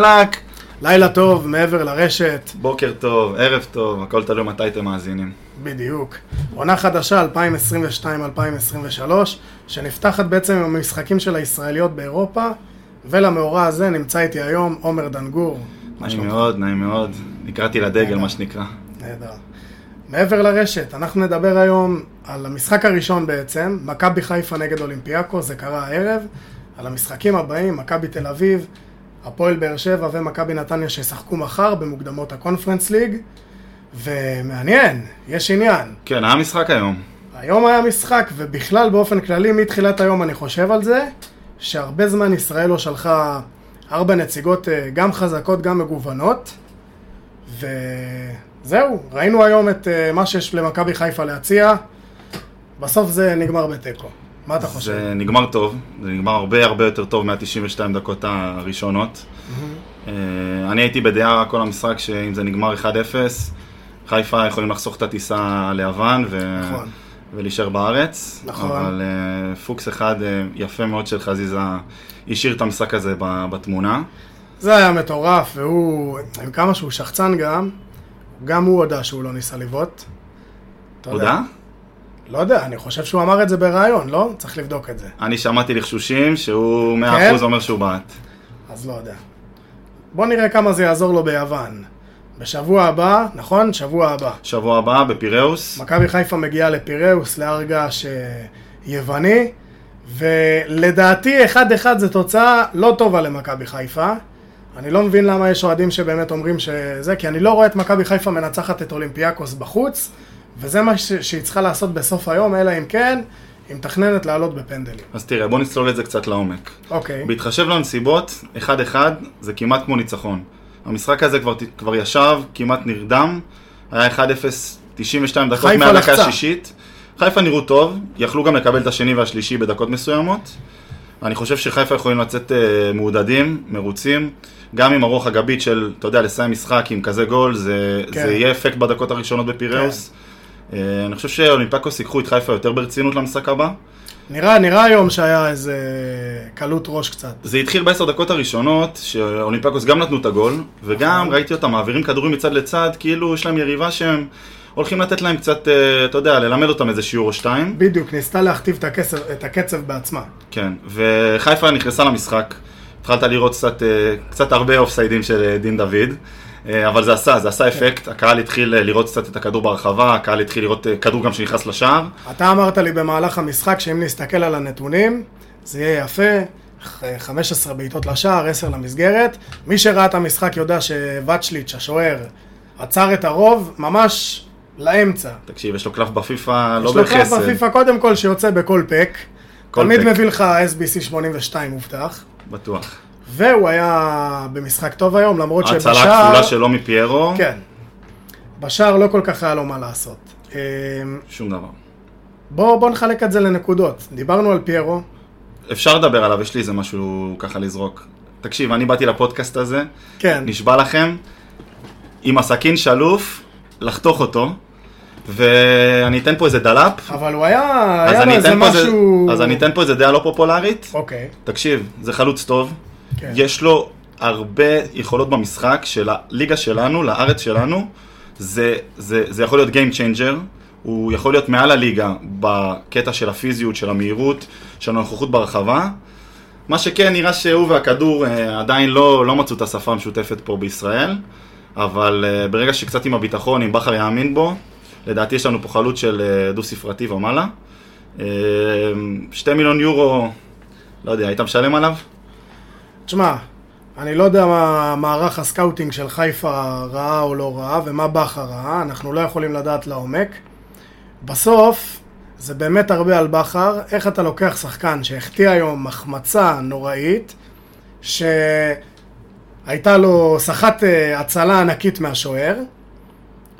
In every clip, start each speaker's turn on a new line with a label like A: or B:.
A: חלק,
B: לילה טוב, מעבר לרשת,
A: בוקר טוב, ערב טוב, הכל תלוי מתי אתם מאזינים.
B: בדיוק. עונה חדשה, 2022-2023, שנפתחת בעצם עם המשחקים של הישראליות באירופה, ולמאורע הזה נמצא איתי היום עומר דנגור. מה
A: נעים
B: שלומך?
A: מאוד, נעים מאוד. נקראתי לדגל, מה שנקרא.
B: נהדר. מעבר לרשת, אנחנו נדבר היום על המשחק הראשון בעצם, מכבי חיפה נגד אולימפיאקו, זה קרה הערב, על המשחקים הבאים, מכבי תל אביב, הפועל באר שבע ומכבי נתניה שישחקו מחר במוקדמות הקונפרנס ליג, ומעניין, יש עניין.
A: כן, היה משחק היום.
B: היום היה משחק, ובכלל באופן כללי, מתחילת היום אני חושב על זה, שהרבה זמן ישראל לא שלחה ארבע נציגות אה, גם חזקות, גם מגוונות, וזהו, ראינו היום את אה, מה שיש למכבי חיפה להציע, בסוף זה נגמר בתיקו. מה אתה חושב?
A: זה נגמר טוב, זה נגמר הרבה הרבה יותר טוב מה-92 דקות הראשונות. אה, אני הייתי בדעה כל המשחק שאם זה נגמר 1-0, חיפה יכולים לחסוך את הטיסה ליוון ו...
B: נכון.
A: ולהישאר בארץ.
B: נכון.
A: אבל אה, פוקס אחד אה, יפה מאוד של חזיזה השאיר את המשחק הזה ב- בתמונה.
B: זה היה מטורף, והוא, עם כמה שהוא שחצן גם, גם הוא הודה שהוא לא ניסה לבעוט. אתה יודע.
A: תודה.
B: לא יודע, אני חושב שהוא אמר את זה בריאיון, לא? צריך לבדוק את זה.
A: אני שמעתי לחשושים שהוא 100%
B: כן?
A: אומר שהוא בעט.
B: אז לא יודע. בוא נראה כמה זה יעזור לו ביוון. בשבוע הבא, נכון? שבוע הבא.
A: שבוע הבא בפיראוס,
B: מכבי חיפה מגיעה לפיראוס, להר געש אה, יווני, ולדעתי 1-1 זה תוצאה לא טובה למכבי חיפה. אני לא מבין למה יש אוהדים שבאמת אומרים שזה, כי אני לא רואה את מכבי חיפה מנצחת את אולימפיאקוס בחוץ, וזה מה ש- שהיא צריכה לעשות בסוף היום, אלא אם כן, היא מתכננת לעלות בפנדלים.
A: אז תראה, בוא נצלול את זה קצת לעומק.
B: אוקיי,
A: בהתחשב לנסיבות, 1-1 זה כמעט כמו ניצחון. המשחק הזה כבר, כבר ישב, כמעט נרדם, היה 1-0, 92 דקות
B: חיפה
A: מהדקה
B: לחצה.
A: השישית. חיפה נראו טוב, יכלו גם לקבל את השני והשלישי בדקות מסוימות. אני חושב שחיפה יכולים לצאת אה, מעודדים, מרוצים. גם עם הרוח הגבית של, אתה יודע, לסיים משחק עם כזה גול, זה,
B: כן.
A: כן. זה יהיה אפקט בדקות הראשונות בפיראוס. אה, אני חושב שאולימפקוס ייקחו את חיפה יותר ברצינות למשחק הבא.
B: נראה, נראה היום שהיה איזה קלות ראש קצת.
A: זה התחיל בעשר דקות הראשונות, שאולימפיאקוס גם נתנו את הגול,
B: נכון.
A: וגם ראיתי אותם מעבירים כדורים מצד לצד, כאילו יש להם יריבה שהם הולכים לתת להם קצת, אה, אתה יודע, ללמד אותם איזה שיעור או שתיים.
B: בדיוק, ניסתה להכתיב את הקצב, את הקצב בעצמה.
A: כן, וחיפה נכנסה למשחק, התחלת לראות קצת, אה, קצת הרבה אופסיידים של אה, דין דוד, אה, אבל זה עשה, זה
B: כן.
A: עשה אפקט, הקהל התחיל אה, לראות קצת את הכדור ברחבה, הקהל התחיל לראות אה, כדור גם שנכנס לשער.
B: אתה אמרת לי במהלך המשחק שאם נסתכל על הנתונים, זה יהיה יפה, ח- 15 בעיטות לשער, 10 למסגרת. מי שראה את המשחק יודע שוואצ'ליץ', השוער, עצר את הרוב ממש לאמצע.
A: תקשיב, יש לו קלף בפיפא, לא
B: יש לו קרב
A: בחסד.
B: בפיפ"א קודם כל שיוצא בכל פק.
A: כל
B: תמיד
A: פק.
B: מביא לך SBC 82 מובטח.
A: בטוח.
B: והוא היה במשחק טוב היום, למרות שבשער...
A: ההצלה הכפולה שלו מפיירו,
B: כן. בשער לא כל כך היה לו מה לעשות. אמ,
A: שום דבר.
B: בוא, בוא נחלק את זה לנקודות. דיברנו על פיירו,
A: אפשר לדבר עליו, יש לי איזה משהו ככה לזרוק. תקשיב, אני באתי לפודקאסט הזה,
B: כן.
A: נשבע לכם, עם הסכין שלוף, לחתוך אותו, ואני אתן פה איזה דלאפ,
B: אבל הוא היה,
A: אז
B: היה לו
A: אני,
B: איזה
A: אתן פה
B: משהו...
A: איזה, אז אני אתן פה איזה דעה לא פופולרית.
B: אוקיי,
A: תקשיב, זה חלוץ טוב,
B: כן.
A: יש לו הרבה יכולות במשחק של הליגה שלנו, לארץ שלנו, זה, זה, זה יכול להיות Game Changer, הוא יכול להיות מעל הליגה בקטע של הפיזיות, של המהירות, של הנוכחות ברחבה. מה שכן, נראה שהוא והכדור אה, עדיין לא, לא מצאו את השפה המשותפת פה בישראל, אבל אה, ברגע שקצת עם הביטחון, אם בכר יאמין בו, לדעתי יש לנו פה חלוץ של אה, דו-ספרתי ומעלה. אה, שתי מיליון יורו, לא יודע, היית משלם עליו?
B: תשמע, אני לא יודע מה מערך הסקאוטינג של חיפה ראה או לא ראה, ומה בכר ראה, אנחנו לא יכולים לדעת לעומק. בסוף, זה באמת הרבה על בכר, איך אתה לוקח שחקן שהחטיא היום מחמצה נוראית, שהייתה לו, סחט אה, הצלה ענקית מהשוער,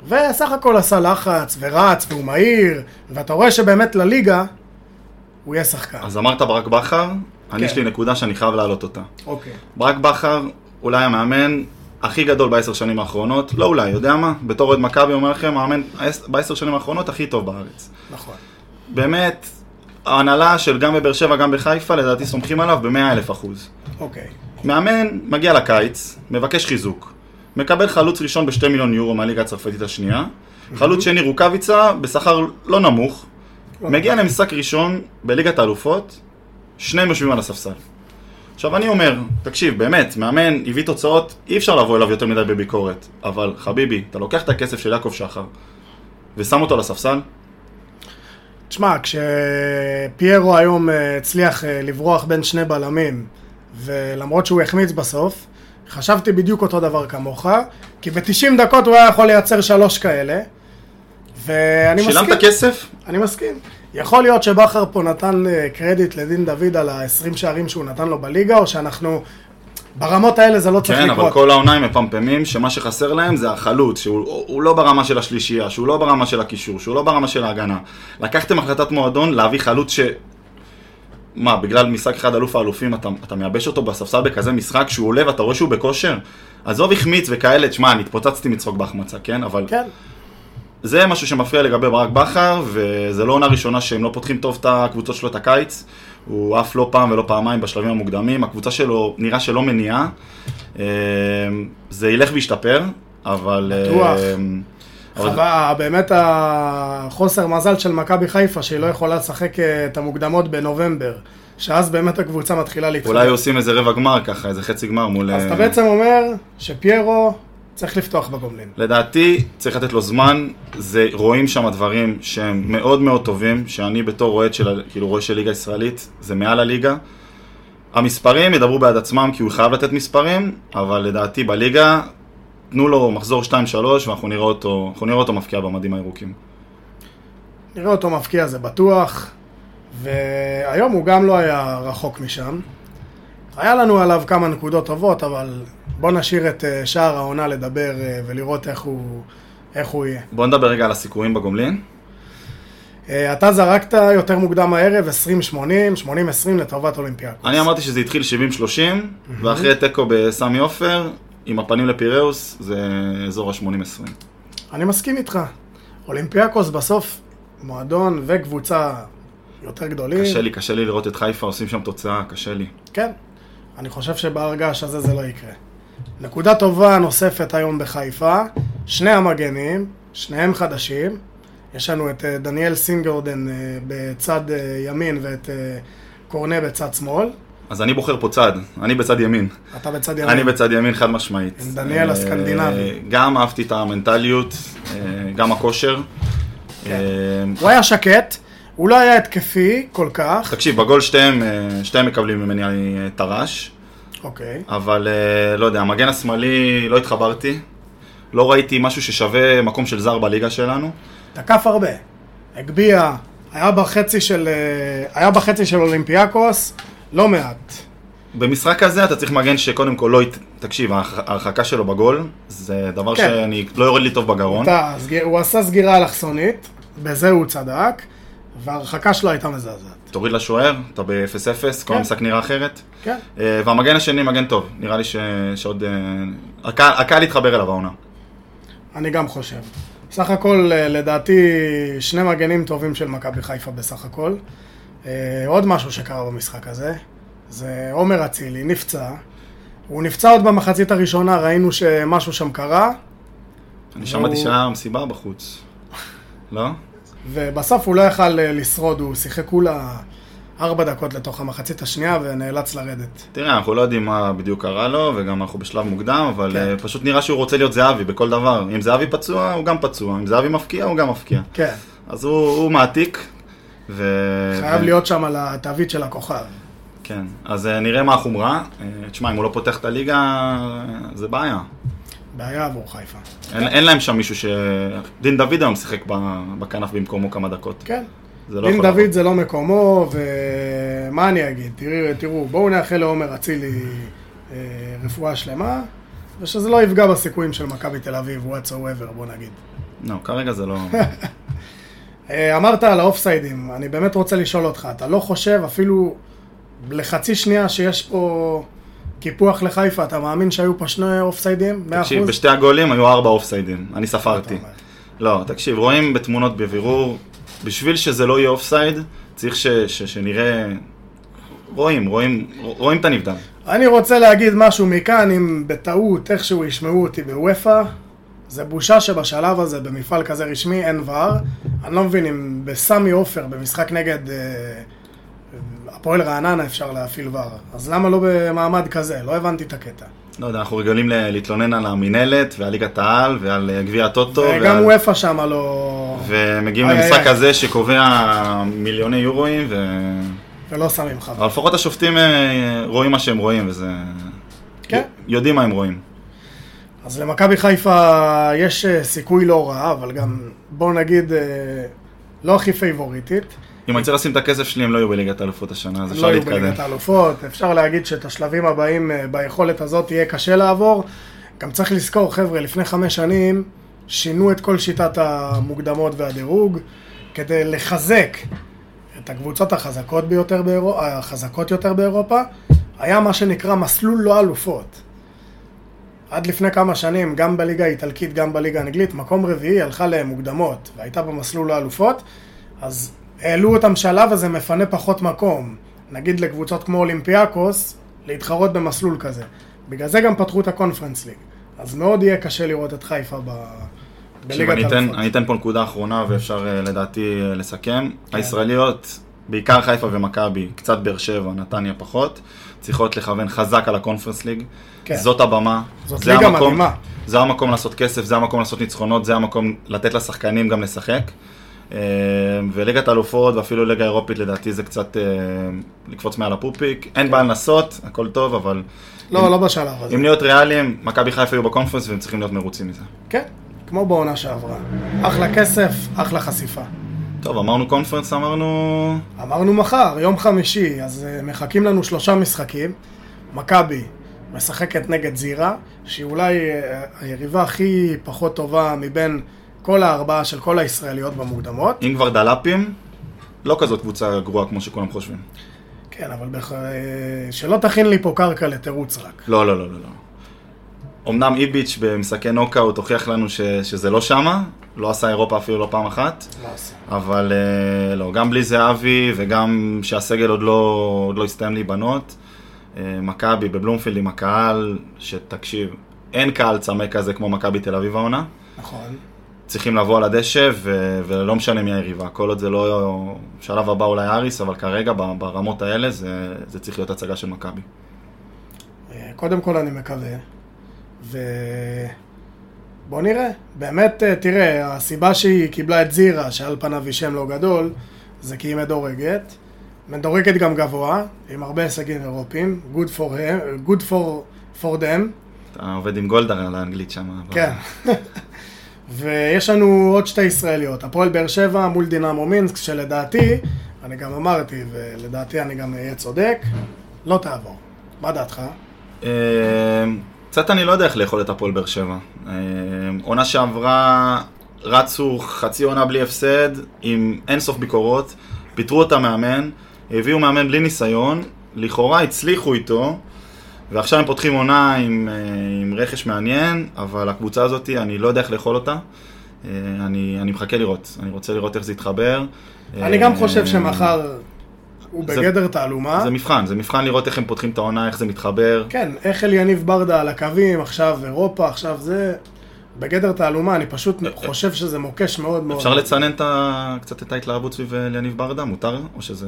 B: וסך הכל עשה לחץ, ורץ, והוא מהיר, ואתה רואה שבאמת לליגה, הוא יהיה שחקן.
A: אז אמרת ברק בכר,
B: כן.
A: אני יש לי נקודה שאני חייב להעלות אותה.
B: אוקיי.
A: ברק בכר, אולי המאמן הכי גדול בעשר שנים האחרונות, לא אולי, יודע מה? בתור אוהד מכבי אומר לכם, מאמן בעשר שנים האחרונות הכי טוב בארץ.
B: נכון.
A: באמת, ההנהלה של גם בבאר שבע, גם בחיפה, לדעתי סומכים עליו ב-100 אלף אחוז.
B: אוקיי.
A: מאמן מגיע לקיץ, מבקש חיזוק. מקבל חלוץ ראשון בשתי מיליון יורו מהליגה הצרפתית השנייה. חלוץ שני רוקאביצה בשכר לא נמוך. מגיע למשחק ראשון בליגת האלופות, שניהם יושבים על הספסל. עכשיו אני אומר, תקשיב, באמת, מאמן הביא תוצאות, אי אפשר לבוא אליו יותר מדי בביקורת. אבל חביבי, אתה לוקח את הכסף של יעקב שחר ושם אותו על הספסל,
B: תשמע, כשפיירו היום אה, הצליח אה, לברוח בין שני בלמים, ולמרות שהוא החמיץ בסוף, חשבתי בדיוק אותו דבר כמוך, כי ב-90 דקות הוא היה יכול לייצר שלוש כאלה, ואני מסכים.
A: שילמת כסף?
B: אני מסכים. יכול להיות שבכר פה נתן אה, קרדיט לדין דוד על ה-20 שערים שהוא נתן לו בליגה, או שאנחנו... ברמות האלה זה לא צריך
A: כן,
B: לקרות.
A: אבל כל העונה הם מפמפמים שמה שחסר להם זה החלוץ, שהוא הוא לא ברמה של השלישייה, שהוא לא ברמה של הקישור, שהוא לא ברמה של ההגנה. לקחתם החלטת מועדון להביא חלוץ ש... מה, בגלל משחק אחד אלוף האלופים אתה, אתה מייבש אותו בספסל בכזה משחק שהוא עולה ואתה רואה שהוא בכושר? עזוב החמיץ וכאלה, תשמע, אני התפוצצתי מצחוק בהחמצה, כן? אבל
B: כן.
A: זה משהו שמפריע לגבי ברק בכר, וזה לא עונה ראשונה שהם לא פותחים טוב את הקבוצות שלו את הקיץ. הוא עף לא פעם ולא פעמיים בשלבים המוקדמים, הקבוצה שלו נראה שלא מניעה. אה, זה ילך וישתפר, אבל... אה,
B: בטוח.
A: אבל-
B: חבל, באמת החוסר מזל של מכבי חיפה שהיא לא יכולה לשחק אה, את המוקדמות בנובמבר, שאז באמת הקבוצה מתחילה להתחבר.
A: אולי עושים איזה רבע גמר ככה, איזה חצי גמר מול...
B: אז אתה
A: אה,
B: בעצם אומר שפיירו צריך לפתוח בגומלין.
A: לדעתי צריך לתת לו זמן, זה, רואים שם דברים שהם מאוד מאוד טובים, שאני בתור אוהד של, כאילו, רואה של ליגה ישראלית, זה מעל הליגה. המספרים ידברו בעד עצמם כי הוא חייב לתת מספרים, אבל לדעתי בליגה, תנו לו מחזור 2-3 ואנחנו נראה אותו, אנחנו נראה אותו מפקיע במדים הירוקים.
B: נראה אותו מפקיע זה בטוח, והיום הוא גם לא היה רחוק משם. היה לנו עליו כמה נקודות טובות, אבל בוא נשאיר את אה, שער העונה לדבר אה, ולראות איך הוא, איך הוא יהיה.
A: בואו נדבר רגע על הסיכויים בגומלין.
B: אה, אתה זרקת יותר מוקדם הערב 20-80, 80-20 לטובת אולימפיאקוס.
A: אני אמרתי שזה התחיל 70-30, ואחרי תיקו בסמי עופר, עם הפנים לפיראוס, זה אזור ה-80-20.
B: אני מסכים איתך. אולימפיאקוס בסוף מועדון וקבוצה יותר גדולים.
A: קשה לי, קשה לי לראות את חיפה עושים שם תוצאה, קשה לי.
B: כן. אני חושב שבהרגש הזה זה לא יקרה. נקודה טובה נוספת היום בחיפה, שני המגנים, שניהם חדשים. יש לנו את אה, דניאל סינגרדן אה, בצד אה, ימין ואת אה, קורנה בצד שמאל.
A: אז אני בוחר פה צד, אני בצד ימין.
B: אתה בצד ימין.
A: אני בצד ימין חד משמעית.
B: כן. עם דניאל
A: אה,
B: הסקנדינבי.
A: גם אהבתי את המנטליות, אה, גם הכושר.
B: כן.
A: אה,
B: הוא היה שקט, הוא לא היה התקפי כל כך.
A: תקשיב, בגול שתיהם, אה, שתיהם מקבלים ממני אה, טרש,
B: אוקיי.
A: אבל אה, לא יודע, המגן השמאלי, לא התחברתי. לא ראיתי משהו ששווה מקום של זר בליגה שלנו.
B: תקף הרבה, הגביה, היה בחצי של, אה, היה בחצי של אולימפיאקוס, לא מעט.
A: במשחק הזה אתה צריך מגן שקודם כל לא... ית- תקשיב, ההרח- ההרחקה שלו בגול, זה דבר
B: כן.
A: שאני... לא יורד לי טוב בגרון.
B: אתה, סגיר- הוא עשה סגירה אלכסונית, בזה הוא צדק, וההרחקה שלו הייתה מזעזעת.
A: תוריד לשוער, אתה ב-0-0, כל
B: כן.
A: המשחק נראה אחרת.
B: כן.
A: אה, והמגן השני מגן טוב, נראה לי ש... שעוד... אה, הקהל, הקהל התחבר אליו העונה.
B: אני גם חושב. סך הכל, אה, לדעתי, שני מגנים טובים של מכבי חיפה בסך הכל. אה, עוד משהו שקרה במשחק הזה, זה עומר אצילי נפצע. הוא נפצע עוד במחצית הראשונה, ראינו שמשהו שם קרה,
A: אני שמעתי
B: והוא-
A: שהיה מסיבה בחוץ. לא?
B: ובסוף הוא לא יכל אה, לשרוד, הוא שיחק כולה ארבע דקות לתוך המחצית השנייה ונאלץ לרדת.
A: תראה, אנחנו לא יודעים מה בדיוק קרה לו, וגם אנחנו בשלב מוקדם, אבל
B: כן.
A: אה, פשוט נראה שהוא רוצה להיות זהבי בכל דבר. אם זהבי פצוע, הוא גם פצוע. אם זהבי מפקיע, הוא גם מפקיע.
B: כן,
A: אז הוא, הוא מעתיק. ו...
B: חייב
A: ו-
B: להיות שם על התווית של הכוכב.
A: כן. אז אה, נראה מה החומרה. אה, תשמע, אם הוא לא פותח את הליגה, אה, זה בעיה.
B: בעיה עבור חיפה.
A: אין, אין להם שם מישהו ש... דין דוד היום שיחק ב- בכנף במקומו כמה דקות.
B: כן.
A: זה לא
B: דין
A: יכול לעבוד.
B: דוד זה לא מקומו, ומה אני אגיד? תראו, תראו בואו נאחל לעומר אצילי אה, רפואה שלמה, ושזה לא יפגע בסיכויים של מכבי תל אביב, whatsoever, בוא נגיד.
A: לא, כרגע זה לא...
B: אה, אמרת על האופסיידים, אני באמת רוצה לשאול אותך, אתה לא חושב אפילו לחצי שנייה שיש פה קיפוח לחיפה, אתה מאמין שהיו פה שני אופסיידים? 100%?
A: תקשיב, בשתי הגולים היו ארבע אופסיידים, אני
B: אתה
A: ספרתי.
B: אומר.
A: לא, תקשיב, רואים בתמונות בבירור, בשביל שזה לא יהיה אופסייד, צריך ש- ש- שנראה... רואים, רואים, רואים את הנבדל.
B: אני רוצה להגיד משהו מכאן, אם בטעות איכשהו ישמעו אותי בוופא, זה בושה שבשלב הזה, במפעל כזה רשמי, אין ור. אני לא מבין אם בסמי עופר, במשחק נגד אה, הפועל רעננה אפשר להפעיל ור. אז למה לא במעמד כזה? לא הבנתי את הקטע.
A: לא יודע, אנחנו רגילים ל- להתלונן על המינהלת ועל ליגת העל ועל אה, גביע הטוטו.
B: גם
A: ועל-
B: וופא שמה לא...
A: ומגיעים
B: איי,
A: למשחק
B: איי.
A: הזה שקובע מיליוני יורואים, ו...
B: ולא שמים חבר.
A: אבל לפחות השופטים אה, רואים מה שהם רואים, וזה...
B: כן.
A: יודעים מה הם רואים.
B: אז למכבי חיפה יש אה, סיכוי לא רע, אבל גם, בואו נגיד, אה, לא הכי פייבוריטית.
A: אם אני צריך לשים את הכסף שלי, הם לא יהיו בליגת האלופות השנה,
B: הם
A: אז
B: לא
A: אפשר
B: יהיו
A: להתקדם.
B: בליגת האלופות, אפשר להגיד שאת השלבים הבאים אה, ביכולת הזאת יהיה קשה לעבור. גם צריך לזכור, חבר'ה, לפני חמש שנים שינו את כל שיטת המוקדמות והדירוג כדי לחזק את הקבוצות החזקות, ביותר באירו... החזקות יותר באירופה. היה מה שנקרא מסלול לא אלופות. עד לפני כמה שנים, גם בליגה האיטלקית, גם בליגה האנגלית, מקום רביעי הלכה למוקדמות, והייתה במסלול האלופות, אז העלו אותם שלב וזה מפנה פחות מקום. נגיד לקבוצות כמו אולימפיאקוס, להתחרות במסלול כזה. בגלל זה גם פתחו את הקונפרנס ליג. אז מאוד יהיה קשה לראות את חיפה ב...
A: תקשיב,
B: בליגת
A: אני אתן-
B: האלופות.
A: אני אתן פה נקודה אחרונה ואפשר אה, לדעתי אה, לסכם.
B: כן.
A: הישראליות, בעיקר חיפה ומכבי, קצת באר שבע, נתניה פחות, צריכות לכוון חזק על הקונפרנס ליג.
B: כן.
A: זאת הבמה.
B: זאת
A: זה
B: ליגה
A: המקום-
B: מדהימה.
A: זה המקום לעשות כסף, זה המקום לעשות ניצחונות, זה המקום לתת לשחקנים גם לשחק. אה, וליגת האלופות ואפילו ליגה אירופית לדעתי זה קצת אה, לקפוץ מעל הפופיק.
B: כן.
A: אין בעיה לנסות, הכל טוב, אבל
B: לא, לא בשלב הזה.
A: אם להיות ריאליים, מכבי חיפה היו בקונפרנס והם צריכים להיות מרוצים מזה.
B: כן, כמו בעונה שעברה. אחלה כסף, אחלה חשיפה.
A: טוב, אמרנו קונפרנס, אמרנו...
B: אמרנו מחר, יום חמישי, אז אה, מחכים לנו שלושה משחקים. מכבי משחקת נגד זירה, שהיא אולי אה, היריבה הכי פחות טובה מבין כל הארבעה של כל הישראליות במוקדמות.
A: אם כבר דלפים, לא כזאת קבוצה גרועה כמו שכולם חושבים.
B: כן, אבל בח... אה, שלא תכין לי פה קרקע לתירוץ רק.
A: לא, לא, לא, לא. לא. אמנם איביץ' במשחקי נוקאוט הוכיח לנו ש, שזה לא שמה, לא עשה אירופה אפילו לא פעם אחת,
B: לא עושה.
A: אבל אה, לא, גם בלי זהבי וגם שהסגל עוד לא, עוד לא הסתיים להיבנות. אה, מכבי בבלומפילד עם הקהל, שתקשיב, אין קהל צמא כזה כמו מכבי תל אביב העונה.
B: נכון.
A: צריכים לבוא על הדשא, ו- ולא משנה מי היריבה. כל עוד זה לא... שלב הבא אולי אריס, אבל כרגע ב- ברמות האלה זה, זה צריך להיות הצגה של מכבי.
B: אה, קודם כל אני מקווה, ו... בוא נראה. באמת, אה, תראה, הסיבה שהיא קיבלה את זירה, שעל פניו היא שם לא גדול, זה כי היא מדורגת. מדורגת גם גבוה, עם הרבה הישגים אירופיים. Good for, him, good for, for them.
A: אתה עובד עם גולדהר על האנגלית שם. אבל-
B: כן. ויש לנו עוד שתי ישראליות, הפועל באר שבע מול דינמו מינסק, שלדעתי, אני גם אמרתי, ולדעתי אני גם אהיה צודק, לא תעבור. מה דעתך?
A: אה, קצת אני לא יודע איך לאכול את הפועל באר שבע. אה, עונה שעברה, רצו חצי עונה בלי הפסד, עם אינסוף ביקורות, פיטרו את המאמן, הביאו מאמן בלי ניסיון, לכאורה הצליחו איתו, ועכשיו הם פותחים עונה עם, אה, עם רכש מעניין, אבל הקבוצה הזאת, אני לא יודע איך לאכול אותה. אה, אני, אני מחכה לראות, אני רוצה לראות איך זה יתחבר.
B: אני גם חושב
A: אה,
B: שמחר הוא
A: זה-
B: בגדר תעלומה.
A: זה מבחן, זה מבחן לראות איך הם פותחים את העונה, איך זה מתחבר.
B: כן, איך אל יניב ברדה על הקווים, עכשיו אירופה, עכשיו זה... בגדר תעלומה, אני פשוט חושב שזה מוקש מאוד מאוד.
A: אה, אפשר לצנן את ה... קצת את ההתלהבות סביב אה, ליניב ברדה? מותר? או שזה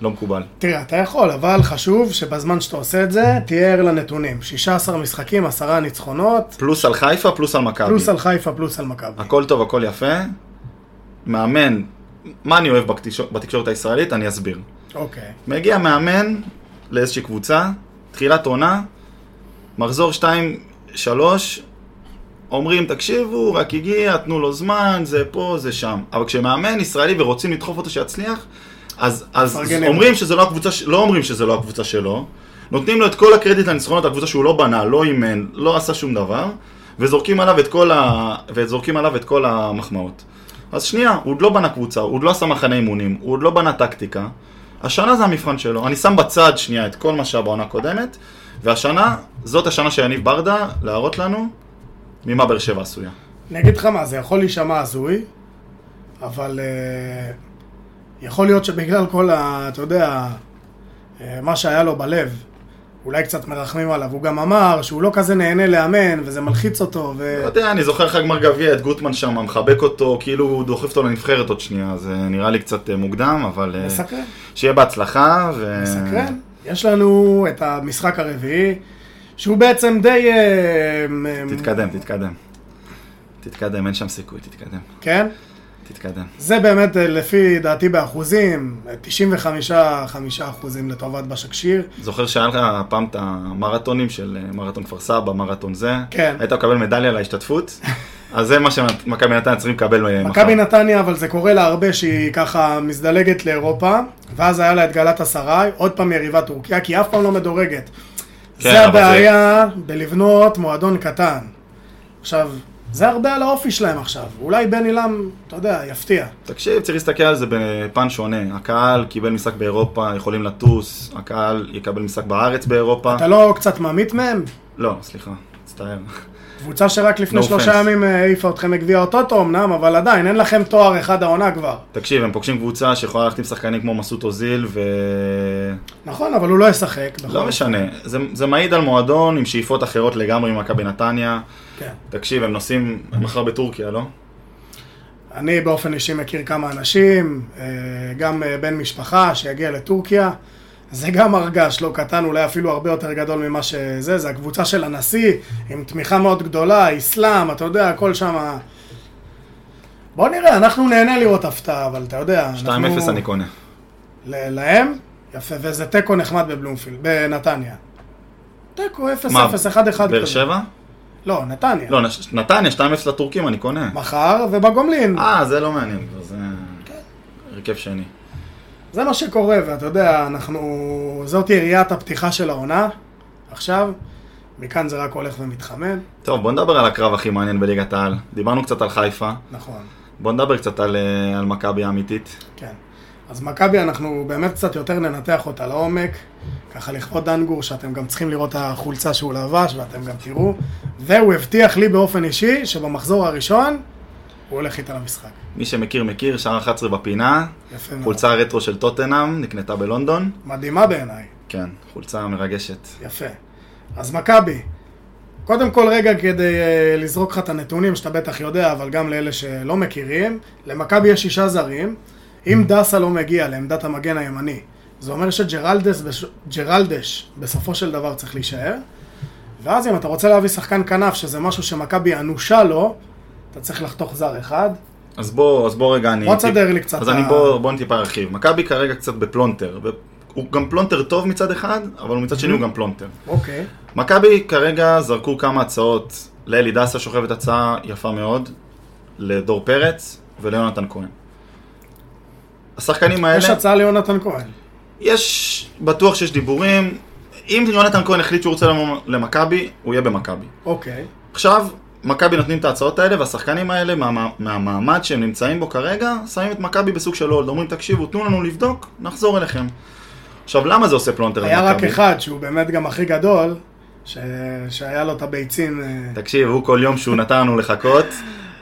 A: לא מקובל?
B: תראה, אתה יכול, אבל חשוב שבזמן שאתה עושה את
A: אה.
B: זה, תהיה ער לנתונים. 16 משחקים, 10 ניצחונות,
A: פלוס על חיפה, פלוס על מכבי.
B: פלוס על חיפה, פלוס על מכבי.
A: הכל טוב, הכל יפה. מאמן, מה אני אוהב בתקשור... בתקשורת הישראלית? אני אסביר.
B: אוקיי.
A: מגיע מאמן לאיזושהי קבוצה, תחילת עונה, מחזור 2-3, אומרים, תקשיבו, הוא רק הגיע, תנו לו זמן, זה פה, זה שם. אבל כשמאמן ישראלי ורוצים לדחוף אותו שיצליח, אז, אז
B: מפרגנים.
A: אומרים שזה לא הקבוצה, ש- לא אומרים שזה לא הקבוצה שלו, נותנים לו את כל הקרדיט לניצחונות, הקבוצה שהוא לא בנה, לא אימן, לא עשה שום דבר, וזורקים עליו את כל, ה... וזורקים עליו את כל המחמאות. אז שנייה, הוא עוד לא בנה קבוצה, הוא עוד לא עשה מחנה אימונים, הוא עוד לא בנה טקטיקה. השנה זה המבחן שלו. אני שם בצד שנייה את כל מה שהיה בעונה הקודמת, והשנה, זאת השנה של יניב ברדה, להראות לנו ממה באר שבע עשויה.
B: אני אגיד לך מה, זה יכול להישמע הזוי, אבל אה, יכול להיות שבגלל כל ה... אתה יודע, אה, מה שהיה לו בלב, אולי קצת מרחמים עליו. הוא גם אמר שהוא לא כזה נהנה לאמן, וזה מלחיץ אותו, ו...
A: לא יודע, אני זוכר לך גמר גביע, את גוטמן שם, מחבק אותו, כאילו הוא דוחף אותו לנבחרת עוד שנייה, זה נראה לי קצת אה, מוקדם, אבל אה,
B: מסקרן,
A: שיהיה בהצלחה. ו-
B: מסקרן. יש לנו את המשחק הרביעי, שהוא בעצם די... אה, אה,
A: תתקדם, תתקדם. תתקדם, אין שם סיכוי, תתקדם.
B: כן?
A: תתקדם.
B: זה באמת, אה, לפי דעתי באחוזים, אה, 95-5 אחוזים לטובת בשקשיר.
A: זוכר שהיה לך פעם את המרתונים של אה, מרתון כפר סבא, מרתון זה?
B: כן.
A: היית מקבל מדליה להשתתפות? אז זה מה שמכבי נתניה צריכים לקבל אה, מחר.
B: מכבי נתניה, אבל זה קורה לה הרבה שהיא ככה מזדלגת לאירופה, ואז היה לה את גלת אסריי, עוד פעם יריבה טורקיה, כי היא אף פעם לא מדורגת.
A: כן,
B: זה
A: אבל זה-
B: הבעיה בלבנות מועדון קטן. עכשיו, זה הרבה על האופי שלהם עכשיו. אולי בן עילם, אתה יודע, יפתיע.
A: תקשיב, צריך להסתכל על זה בפן שונה. הקהל קיבל משחק באירופה, יכולים לטוס, הקהל יקבל משחק בארץ באירופה.
B: אתה לא קצת ממית מהם?
A: לא, סליחה, מצטער.
B: קבוצה שרק לפני
A: No
B: שלושה
A: offense.
B: ימים אה, העיפה אתכם מגביע הטוטו אמנם, אבל עדיין, אין לכם תואר אחד העונה כבר.
A: תקשיב, הם פוגשים קבוצה שיכולה ללכת עם שחקנים כמו מסות אוזיל ו...
B: נכון, אבל הוא לא ישחק. בכל
A: לא
B: אופן.
A: משנה. זה, זה מעיד על מועדון עם שאיפות אחרות לגמרי ממכבי נתניה.
B: כן.
A: תקשיב, הם נוסעים הם מחר בטורקיה, לא?
B: אני באופן אישי מכיר כמה אנשים, אה, גם אה, בן משפחה שיגיע לטורקיה, זה גם הרגש לא קטן, אולי אפילו הרבה יותר גדול ממה שזה, זה הקבוצה של הנשיא, עם תמיכה מאוד גדולה, אסלאם, אתה יודע, הכל שם... בוא נראה, אנחנו נהנה לראות הפתעה, אבל אתה יודע,
A: 2-0
B: אנחנו...
A: אני קונה.
B: ל- להם? יפה, ואיזה תיקו נחמד בבלומפילד, בנתניה. תיקו 0-0, 1-1.
A: באר
B: כזה.
A: שבע?
B: לא, נתניה.
A: לא, נש- נתניה, 2-0 לטורקים, אני קונה.
B: מחר ובגומלין.
A: אה, זה לא מעניין כבר, זה...
B: כן.
A: הרכב שני.
B: זה מה שקורה, ואתה יודע, אנחנו... זאת יריית הפתיחה של העונה, עכשיו, מכאן זה רק הולך ומתחמם,
A: טוב, בוא נדבר על הקרב הכי מעניין בליגת העל. דיברנו קצת על חיפה,
B: נכון,
A: בוא נדבר קצת על, אה, על מכבי האמיתית.
B: כן. אז מכבי, אנחנו באמת קצת יותר ננתח אותה לעומק, ככה לכבוד דן גור, שאתם גם צריכים לראות את החולצה שהוא לבש, ואתם גם תראו, והוא הבטיח לי באופן אישי, שבמחזור הראשון, הוא הולך איתה למשחק.
A: מי שמכיר, מכיר, שער 11 בפינה,
B: יפה מאוד.
A: חולצה רטרו של טוטנאם, נקנתה בלונדון.
B: מדהימה בעיניי.
A: כן, חולצה מרגשת.
B: יפה. אז מכבי, קודם כל רגע כדי אה, לזרוק לך את הנתונים שאתה בטח יודע, אבל גם לאלה שלא מכירים, למכבי יש שישה זרים. אם דסה לא מגיע לעמדת המגן הימני, זה אומר שג'רלדש בש... ג'רלדש בסופו של דבר צריך להישאר. ואז אם אתה רוצה להביא שחקן כנף, שזה משהו שמכבי אנושה לו, אתה צריך לחתוך זר אחד.
A: אז בוא, אז בוא רגע, אני...
B: בוא
A: טיפ-
B: תסדר לי קצת
A: אז
B: ה-
A: אני בוא, בוא אני טיפה ארחיב. מכבי כרגע קצת בפלונטר. ו- הוא גם פלונטר טוב מצד אחד, אבל הוא מצד שני הוא גם פלונטר.
B: אוקיי.
A: מכבי כרגע זרקו כמה הצעות. לאלי דסה שוכבת הצעה יפה מאוד, לדור פרץ וליונתן כהן. השחקנים האלה...
B: יש הצעה ליונתן כהן.
A: יש, בטוח שיש דיבורים. אם יונתן כהן החליט שהוא רוצה למ- למכבי, הוא יהיה במכבי.
B: אוקיי.
A: עכשיו, מכבי נותנים את ההצעות האלה, והשחקנים האלה, מה, מהמעמד שהם נמצאים בו כרגע, שמים את מכבי בסוג של הולד. אומרים, תקשיבו, תנו לנו לבדוק, נחזור אליכם. עכשיו, למה זה עושה פלונטר
B: היה רק
A: למכבי?
B: אחד שהוא באמת גם הכי גדול, ש... שהיה לו את הביצים. אה,
A: תקשיב, הוא כל יום שהוא נתן לנו לחכות,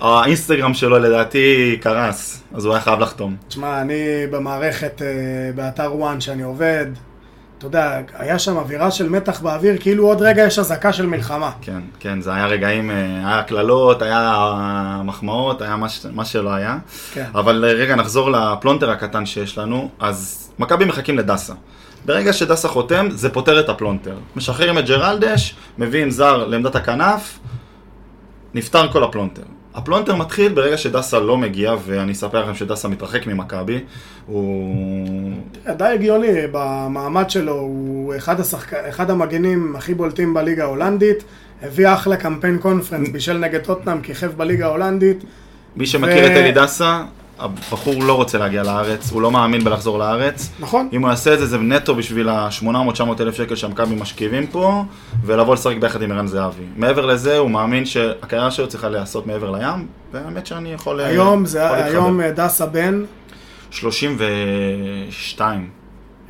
A: האינסטגרם שלו לדעתי קרס, אז הוא היה חייב לחתום.
B: תשמע, אני במערכת, אה, באתר וואן שאני עובד, אתה יודע, היה שם אווירה של מתח באוויר, כאילו עוד רגע יש אזעקה של מלחמה.
A: כן, כן, זה היה רגעים, אה, היה קללות, היה מחמאות, היה מה, ש- מה שלא היה.
B: כן.
A: אבל אה, רגע, נחזור לפלונטר הקטן שיש לנו. אז מכבי מחכים לדסה. ברגע שדסה חותם, זה פותר את הפלונטר. משחררים את ג'רלדש, מביאים זר לעמדת הכנף, נפתר כל הפלונטר. הפלונטר מתחיל ברגע שדסה לא מגיע, ואני אספר לכם שדסה מתרחק ממכבי. הוא...
B: תראה, אה, די הגיוני, במעמד שלו הוא אחד, השחק... אחד המגנים הכי בולטים בליגה ההולנדית, הביא אחלה קמפיין קונפרנס, בישל נגד טוטנאם, כיכב בליגה ההולנדית,
A: מי שמכיר
B: ו-
A: את אלי דסה, הבחור לא רוצה להגיע לארץ, הוא לא מאמין בלחזור לארץ.
B: נכון?
A: אם הוא יעשה את זה, זה נטו בשביל ה-800-900 אלף שקל שהמכבי משכיבים פה, ולבוא לשחק ביחד עם ערן זהבי. מעבר לזה, הוא מאמין שהקריירה שלו צריכה להיעשות מעבר לים, והאמת שאני יכול... אה,
B: היום זה,
A: יכול להתחבר.
B: היום אה, דסה בן,
A: 32,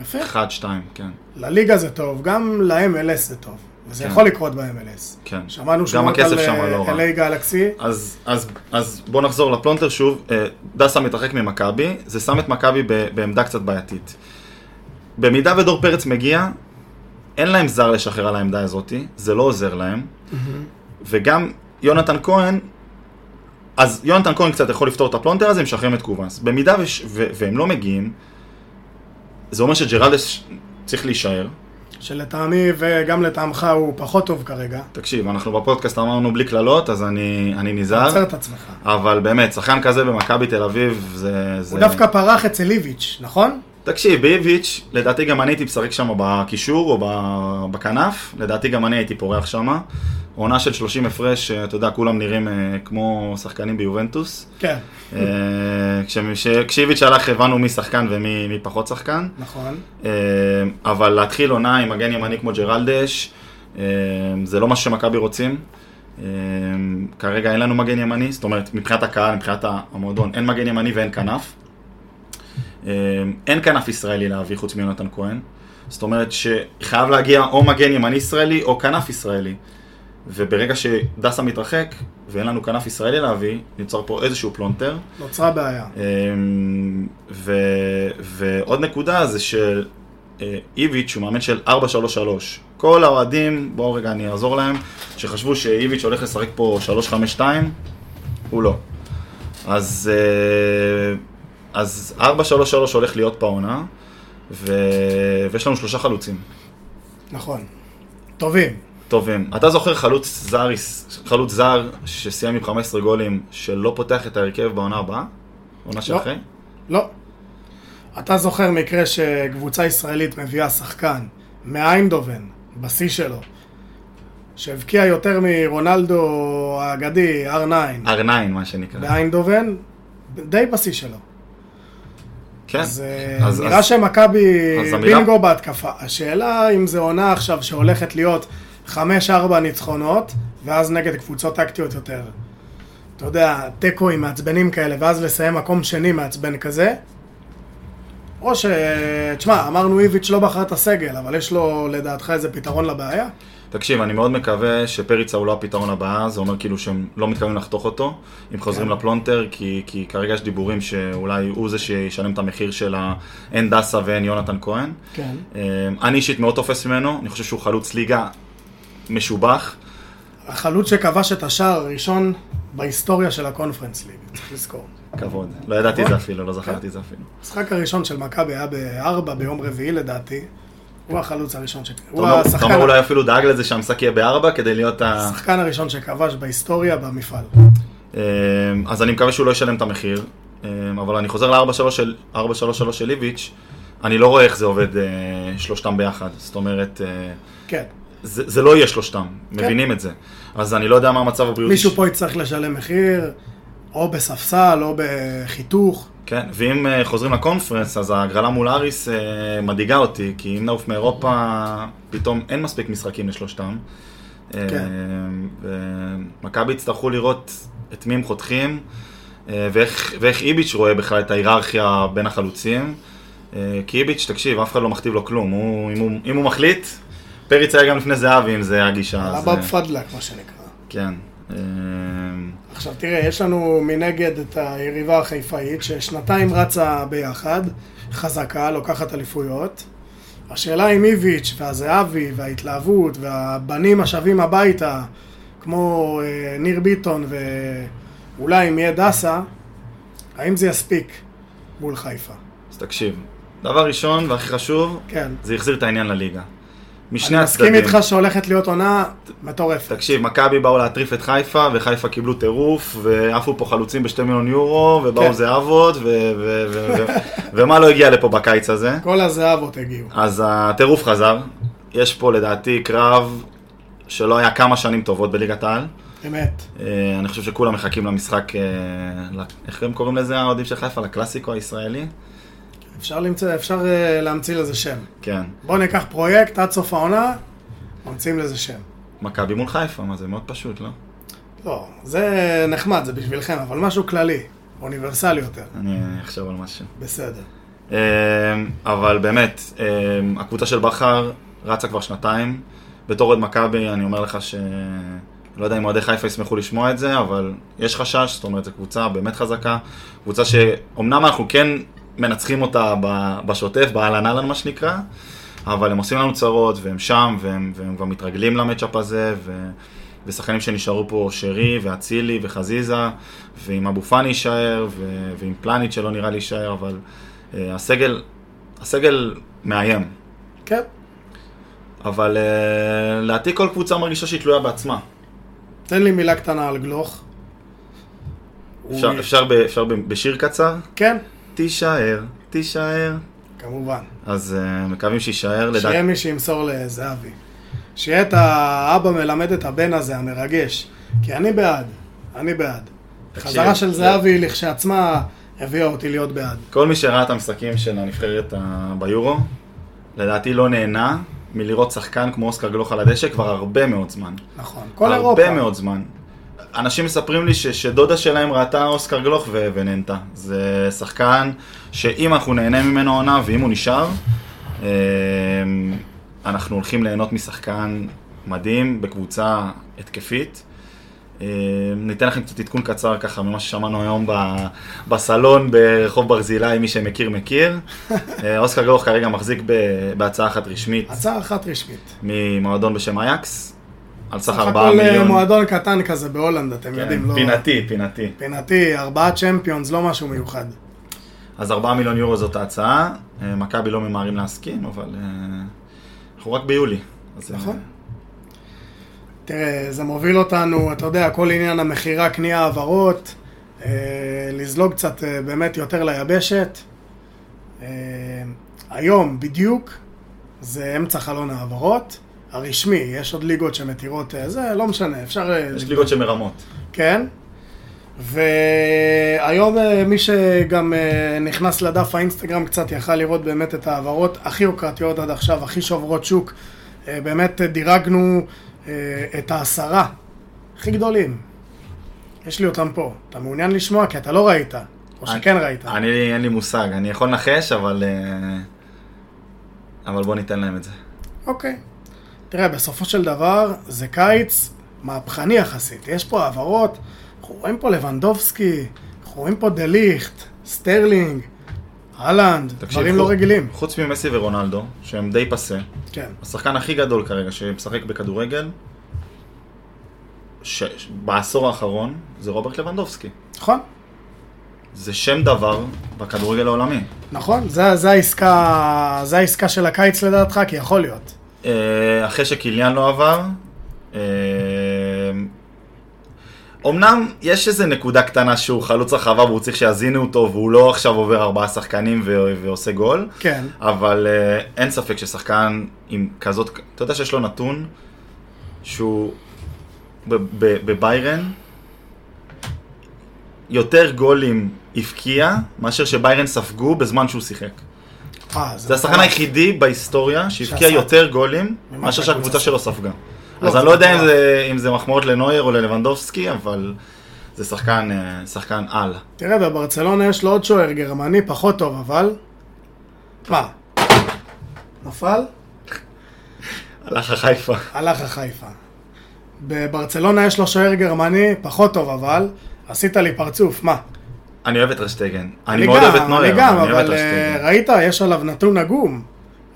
B: יפה,
A: 1-2, כן,
B: לליגה זה טוב, גם ל-MLS זה טוב, וזה
A: כן.
B: יכול לקרות ב-MLS.
A: כן.
B: שמענו
A: גם
B: שמות
A: הכסף
B: על
A: שם לא רע.
B: אה, LA גלקסי,
A: אז, אז, אז בואו נחזור לפלונטר שוב. אה, דסה מתרחק ממכבי, זה שם את מכבי ב- בעמדה קצת בעייתית. במידה ודור פרץ מגיע, אין להם זר לשחרר על העמדה הזאת, זה לא עוזר להם. וגם יונתן כהן, אז יונתן כהן קצת יכול לפתור את הפלונטר הזה, משחררים את קובאס. במידה וש, ו, והם לא מגיעים, זה אומר שג'רלדש צריך להישאר.
B: שלטעמי וגם לטעמך הוא פחות טוב כרגע.
A: תקשיב, אנחנו בפודקאסט אמרנו בלי קללות, אז אני, אני נזהר.
B: עצר את עצמך.
A: אבל באמת, שחקן כזה במכבי תל אביב, זה... זה...
B: הוא דווקא פרח אצל איביץ', נכון?
A: תקשיב, באיביץ', לדעתי גם אני הייתי משחק שם בקישור או ב- בכנף, לדעתי גם אני הייתי פורח שם. עונה של 30 הפרש, אתה יודע, כולם נראים אה, כמו שחקנים ביובנטוס.
B: כן,
A: אה, כשמ- ש- כשאיביץ' הלך הבנו מי שחקן ומי מי פחות שחקן.
B: נכון.
A: אה, אבל להתחיל עונה עם מגן ימני כמו ג'רלדש, אה, זה לא מה שמכבי רוצים. אה, כרגע אין לנו מגן ימני, זאת אומרת, מבחינת הקהל, מבחינת המועדון, אין מגן ימני ואין כנף. אה, אין כנף ישראלי להביא חוץ מיונתן כהן. זאת אומרת שחייב להגיע או מגן ימני ישראלי או כנף ישראלי. וברגע שדסה מתרחק ואין לנו כנף ישראלי להביא, נוצר פה איזשהו פלונטר.
B: נוצרה בעיה.
A: אמ, ו, ועוד נקודה זה של אה, איביץ' הוא מאמן של 4-3-3. כל האוהדים, בואו רגע אני אעזור להם, שחשבו שאיביץ' הולך לשחק פה 3-5-2, הוא לא. אז, אה, אז 4-3-3 הולך להיות בעונה, ו, ויש לנו שלושה חלוצים
B: נכון. טובים.
A: טובים. אתה זוכר חלוץ זר, חלוץ זר שסיים עם 15 גולים, שלא פותח את ההרכב בעונה הבאה? עונה שאחרי?
B: לא. אתה זוכר מקרה שקבוצה ישראלית מביאה שחקן מאיינדובן, בשיא שלו, שהבקיע יותר מרונלדו האגדי, R9,
A: R9 מה שנקרא.
B: באיינדובן, די בשיא שלו.
A: כן.
B: אז, אה,
A: אז-
B: אז נראה
A: אז-
B: שמכבי
A: אז המילה-
B: בינגו בהתקפה. השאלה אם זה עונה עכשיו שהולכת להיות 5-4 ניצחונות, ואז נגד קבוצות טקטיות יותר. אתה יודע, תיקואים מעצבנים כאלה, ואז לסיים מקום שני מעצבן כזה. או ש... תשמע, אמרנו איביץ' לא בחר את הסגל, אבל יש לו לדעתך איזה פתרון לבעיה?
A: תקשיב, אני מאוד מקווה שפריצה הוא לא הפתרון הבא, זה אומר כאילו שהם לא מתכוונים לחתוך אותו, אם חוזרים
B: כן.
A: לפלונטר, כי, כי כרגע יש דיבורים שאולי הוא זה שישלם את המחיר של ה... אין דסה ואין יונתן כהן.
B: כן.
A: אה, אני אישית מאוד תופס ממנו, אני חושב שהוא חלוץ ליגה משובח.
B: החלוץ שכבש את השער הראשון בהיסטוריה של הקונפרנס ליג, צריך לזכור.
A: כבוד. לא ידעתי את זה
B: נכון.
A: אפילו, לא זכרתי את זה אפילו.
B: המשחק הראשון של מכבי היה בארבע ביום רביעי לדעתי. הוא החלוץ הראשון ש... הוא
A: תומר-
B: השחקן-
A: תומר אולי אפילו דאג לזה שהמשחק יהיה בארבע כדי להיות ה...
B: השחקן הראשון שכבש בהיסטוריה במפעל.
A: אמ, אז אני מקווה שהוא לא ישלם את המחיר, אמ, אבל אני חוזר ל-433 של, 4-3-3 של איביץ', אני לא רואה איך זה עובד אה, שלושתם ביחד, זאת אומרת, אה,
B: כן.
A: זה, זה לא יהיה שלושתם, מבינים את זה. אז אני לא יודע מה המצב הבריאותי.
B: מישהו
A: ש-
B: פה יצטרך לשלם מחיר, או בספסל, או בחיתוך.
A: כן, ואם אה, חוזרים לקונפרנס, אז ההגרלה מול אריס אה, מדאיגה אותי, כי אם נעוף מאירופה, פתאום אין מספיק משחקים לשלושתם. אה,
B: כן.
A: ומכבי יצטרכו לראות את מי הם חותכים, אה, ואיך, ואיך איביץ' רואה בכלל את ההיררכיה בין החלוצים. אה, כי איביץ', תקשיב, אף אחד לא מכתיב לו כלום. הוא, אם, הוא, אם הוא מחליט, פריץ היה גם לפני זהבי, אם זה הגישה. אז,
B: לבב
A: אה,
B: פדלה, כמו שנקרא.
A: כן. אה,
B: עכשיו תראה, יש לנו מנגד את היריבה החיפאית, ששנתיים רצה ביחד, חזקה, לוקחת אליפויות. השאלה אם איביץ' והזהבי וההתלהבות והבנים השבים הביתה, כמו אה, ניר ביטון ואולי אם יהיה דסה, האם זה יספיק מול חיפה?
A: אז תקשיב, דבר ראשון והכי חשוב,
B: כן.
A: זה החזיר את העניין לליגה. משני
B: אני מסכים
A: הצדדים.
B: איתך שהולכת להיות עונה מטורפת.
A: תקשיב, מכבי באו להטריף את חיפה, וחיפה קיבלו טירוף, ועפו פה חלוצים בשתי מיליון יורו, ובאו
B: כן.
A: זהבות, ו- ו- ו- ו- ומה לא הגיע לפה בקיץ הזה.
B: כל הזהבות הגיעו.
A: אז הטירוף חזר. יש פה לדעתי קרב שלא היה כמה שנים טובות בליגת העל.
B: אמת.
A: אה, אני חושב שכולם מחכים למשחק, אה, ל- איך הם קוראים לזה האוהדים של חיפה? לקלאסיקו הישראלי?
B: אפשר למצוא, אפשר אה, להמציא לזה שם.
A: כן.
B: בואו ניקח פרויקט עד סוף העונה, ממציאים לזה שם.
A: מכבי מול חיפה, מה זה מאוד פשוט, לא?
B: לא, זה נחמד, זה בשבילכם, אבל משהו כללי, אוניברסלי יותר.
A: אני אחשוב על משהו.
B: בסדר.
A: אמ, אבל באמת, אמ, הקבוצה של בכר רצה כבר שנתיים. בתור אוהד מכבי, אני אומר לך ש... לא יודע אם אוהדי חיפה ישמחו לשמוע את זה, אבל יש חשש, זאת אומרת, זו קבוצה באמת חזקה. קבוצה שאומנם אנחנו כן מנצחים אותה ב- בשוטף, באהלן אהלן מה שנקרא, אבל הם עושים לנו צרות, והם שם, והם, והם כבר מתרגלים למצ'אפ הזה, ו... ושחקנים שנשארו פה, שרי, ואצילי, וחזיזה, ואם אבו פאני יישאר, ו... ועם פלניץ' שלא נראה לי יישאר, אבל אה, הסגל, הסגל מאיים.
B: כן.
A: אבל אה, לדעתי כל קבוצה מרגישה שהיא תלויה בעצמה.
B: תן לי מילה קטנה על גלוך.
A: אפשר,
B: הוא-
A: אפשר, ב, אפשר ב, בשיר קצר?
B: כן,
A: תישאר, תישאר.
B: כמובן.
A: אז אה, מקווים שיישאר, לדעתי.
B: שיהיה מי שימסור לזהבי. שיהיה את האבא מלמד את הבן הזה, המרגש. כי אני בעד, אני בעד.
A: תקשיב,
B: חזרה של
A: זה-
B: זהבי לכשעצמה הביאה אותי להיות בעד.
A: כל מי שראה את המשחקים של הנבחרת ה- ביורו, לדעתי לא נהנה מלראות שחקן כמו אוסקר גלוך על הדשא כבר הרבה מאוד זמן.
B: נכון. כל
A: הרבה
B: אירופה.
A: הרבה מאוד זמן. אנשים מספרים לי ש, שדודה שלהם ראתה אוסקר גלוך ו- ונהנתה. זה שחקן שאם אנחנו נהנה ממנו עונה ואם הוא נשאר, אמ, אנחנו הולכים ליהנות משחקן מדהים בקבוצה התקפית. אמ, ניתן לכם קצת עדכון קצר ככה ממה ששמענו היום ב- בסלון ברחוב ברזילי, מי שמכיר מכיר. אה, אוסקר גלוך כרגע מחזיק ב- בהצעה אחת רשמית
B: הצעה אחת רשמית.
A: ממועדון בשם אייקס, על סך
B: סך
A: 4
B: הכל אה,
A: מיליון. כן,
B: מועדון קטן כזה בהולנד, אתם יודעים, לא...
A: פינתי, פינתי.
B: פינתי, ארבעה צ'מפיונס, לא משהו מיוחד.
A: אז 4 מיליון יורו זאת ההצעה, אה, מכבי לא ממהרים להסכים, אבל אה, אנחנו רק ביולי. אז, אה,
B: נכון. תראה, זה מוביל אותנו, אתה יודע, כל עניין המכירה, קנייה, העברות, אה, לזלוג קצת אה, באמת יותר ליבשת. אה, היום בדיוק זה אמצע חלון העברות, הרשמי, יש עוד ליגות שמתירות אה, זה, לא משנה, אפשר... אה,
A: יש
B: לבדוק.
A: ליגות שמרמות.
B: כן. והיום אה, מי שגם אה, נכנס לדף האינסטגרם קצת יכל לראות באמת את ההעברות הכי יוקרתיות עד עכשיו, הכי שוברות שוק. אה, באמת אה, דירגנו אה, את העשרה הכי גדולים. יש לי אותם פה. אתה מעוניין לשמוע? כי אתה לא ראית. או שכן ראית.
A: אני, אין לי מושג, אני יכול לנחש, אבל... אה, אבל בוא ניתן להם את זה.
B: אוקיי. תראה, בסופו של דבר זה קיץ מהפכני יחסית. יש פה העברות, אנחנו רואים פה לבנדובסקי, אנחנו רואים פה דה ליכט, סטרלינג, אהלנד,
A: תקשיב,
B: דברים
A: חו-
B: לא רגילים.
A: חוץ ממסי ורונלדו, שהם די פסה,
B: כן,
A: השחקן הכי גדול כרגע שמשחק בכדורגל, ש... בעשור האחרון, זה רוברט לבנדובסקי.
B: נכון,
A: זה שם דבר בכדורגל העולמי.
B: נכון, זה, זה, העסקה, זה העסקה של הקיץ לדעתך, כי יכול להיות.
A: אה, אחרי שקיליאן לא עבר, אה, אמנם יש איזה נקודה קטנה שהוא חלוץ הרחבה והוא צריך שיאזינו אותו והוא לא עכשיו עובר ארבעה שחקנים ו- ועושה גול,
B: כן,
A: אבל אה, אין ספק ששחקן עם כזאת, אתה יודע שיש לו נתון שהוא ב- ב- בביירן יותר גולים הבקיע מאשר שביירן ספגו בזמן שהוא שיחק.
B: אה,
A: זה השחקן היחידי בהיסטוריה שהבקיע
B: שעשה-
A: יותר גולים מאשר
B: שהקבוצה
A: שהקבוצה שלו ספגה.
B: לא,
A: אז
B: זה
A: אני לא יודע אם
B: מטורף.
A: זה- אם זה מחמאות לנויר או ללבנדובסקי, אבל זה שחקן אה, שחקן על.
B: תראה, בברצלונה יש לו עוד שוער גרמני, פחות טוב, אבל... מה? נפל?
A: הלך החיפה.
B: הלך החיפה. בברצלונה יש לו שוער גרמני, פחות טוב אבל, עשית לי פרצוף, מה?
A: אני אוהב את רשטגן. אני מאוד אוהב את נויר,
B: אני גם,
A: אבל אני אוהב את אה.
B: אבל אה,
A: רשטגן.
B: ראית, יש עליו נתון עגום.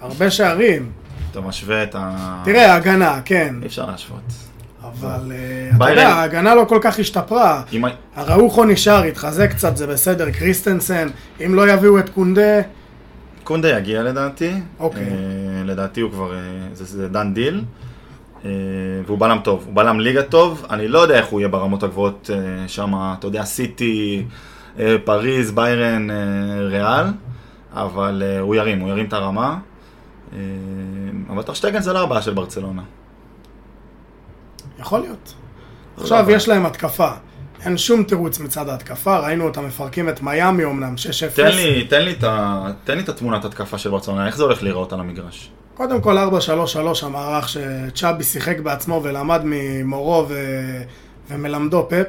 B: הרבה שערים.
A: אתה משווה את ה...
B: אה, תראה, הגנה, כן,
A: אי אפשר להשוות.
B: אבל אה, אתה
A: ביירן.
B: יודע, ההגנה לא כל כך השתפרה.
A: אם ה-
B: הראוכו נשאר, התחזק קצת, זה בסדר, קריסטנסן, אם לא יביאו את קונדה,
A: קונדה יגיע לדעתי.
B: אוקיי.
A: אה, לדעתי הוא כבר... אה, זה- זה דן דיל. אה, והוא בלם טוב, הוא בלם ליגה טוב, אני לא יודע איך הוא יהיה ברמות הגבוהות אה, שם, אתה יודע, סיטי, אה, פריז, ביירן, אה, ריאל, אבל אה, הוא ירים, הוא ירים את הרמה. אה, אבל טרשטגן זה לא הבעיה של ברצלונה.
B: יכול להיות. עכשיו
A: אבל-
B: יש להם התקפה. אין שום תירוץ מצד ההתקפה, ראינו אותם מפרקים את מיאמי אמנם, 6-0.
A: תן לי, תן לי את ה- תן לי את התמונת התקפה של ברצלונה, איך זה הולך להיראות על המגרש?
B: קודם כל 4-3-3 המערך שצ'אבי שיחק בעצמו ולמד ממורו ו... ומלמדו פפ.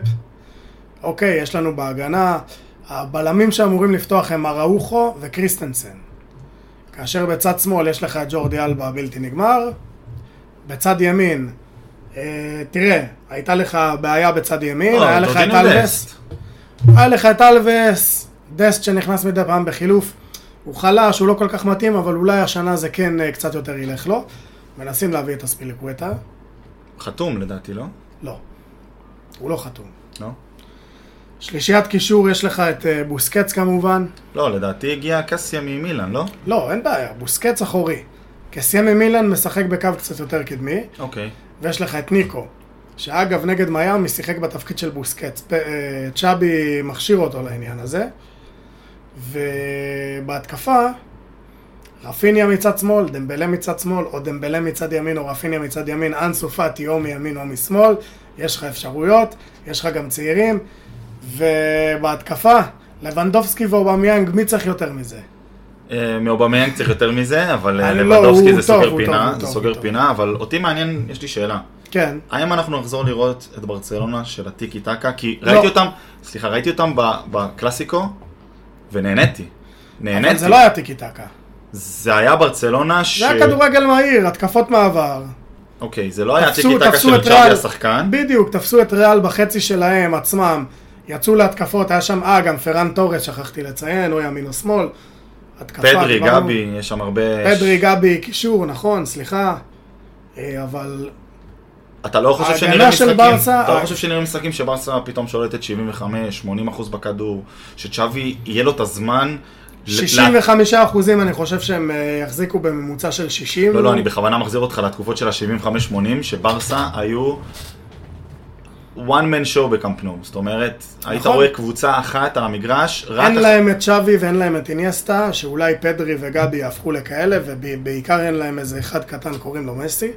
B: אוקיי, יש לנו בהגנה, הבלמים שאמורים לפתוח הם אראוחו וקריסטנסן. כאשר בצד שמאל יש לך את ג'ורדי אלבה הבלתי נגמר, בצד ימין, אה, תראה, הייתה לך בעיה בצד
A: לא,
B: ימין,
A: אה,
B: היה לך את
A: טורדינו
B: אלבס.
A: דסט.
B: היה לך את אלווס, דסט שנכנס מדי פעם בחילוף. הוא חלש, הוא לא כל כך מתאים, אבל אולי השנה זה כן אה, קצת יותר ילך לו. מנסים להביא את אספיליקווטה.
A: חתום לדעתי, לא?
B: לא. הוא לא חתום.
A: לא?
B: שלישיית קישור, יש לך את אה, בוסקץ כמובן.
A: לא, לדעתי הגיע קסיה ממילאן, לא?
B: לא, אין בעיה, בוסקץ אחורי. קסיה ממילן משחק בקו קצת יותר קדמי,
A: אוקיי.
B: ויש לך את ניקו, שאגב, נגד מיאמי שיחק בתפקיד של בוסקץ. פ- אה, צ'אבי מכשיר אותו לעניין הזה. ובהתקפה, רפיניה מצד שמאל, דמבלה מצד שמאל, או דמבלה מצד ימין, או רפיניה מצד ימין, אנסו פאטי או מימין או משמאל, יש לך אפשרויות, יש לך גם צעירים, ובהתקפה, לבנדובסקי ואובמיאנג, מי צריך יותר מזה?
A: אה, מאובמיאנג צריך יותר מזה, אבל אה,
B: אני לא,
A: לבנדובסקי
B: הוא
A: זה
B: טוב,
A: סוגר
B: הוא טוב,
A: פינה,
B: הוא
A: זה
B: טוב, הוא
A: סוגר
B: טוב.
A: פינה, אבל אותי מעניין, יש לי שאלה.
B: כן.
A: האם אנחנו נחזור לראות את ברצלונה של הטיקי טקה? כי
B: לא.
A: ראיתי אותם, סליחה, ראיתי אותם ב- בקלאסיקו, ונהניתי.
B: אבל
A: נהניתי.
B: זה לא היה טיקי טקה.
A: זה היה ברצלונה ש...
B: זה היה כדורגל מהיר, התקפות מעבר.
A: אוקיי, זה לא היה
B: תפסו-
A: טיקי טקה
B: תפסו
A: של
B: את
A: צ'אבי
B: ריאל.
A: השחקן.
B: בדיוק, תפסו את ריאל בחצי שלהם, עצמם. יצאו להתקפות, היה שם, אה, גם פרן תורס, שכחתי לציין, הוא ימין או שמאל. התקפה,
A: פדרי,
B: דיברנו.
A: גבי, יש שם הרבה...
B: נכון, פדרי, גבי, קישור, נכון, סליחה. אה, אבל
A: אתה לא חושב
B: ההגנה
A: שנראה
B: של
A: משחקים,
B: ברסה- אה,
A: אתה לא חושב שנראה משחקים שברסה פתאום שולטת 75-80% בכדור, שצ'אבי יהיה לו את הזמן... ל-
B: 65 אחוזים אני חושב שהם אה, יחזיקו בממוצע של 60.
A: לא, לא, אני בכוונה מחזיר אותך לתקופות של ה-75-80, שברסה היו one man show בקמפנו. זאת אומרת, היית
B: נכון.
A: רואה קבוצה אחת על המגרש, רק...
B: אין
A: אח-
B: להם את צ'אבי ואין להם את איניאסטה, שאולי פדרי וגבי יהפכו לכאלה, ובעיקר אין להם איזה אחד קטן קוראים לו מסי,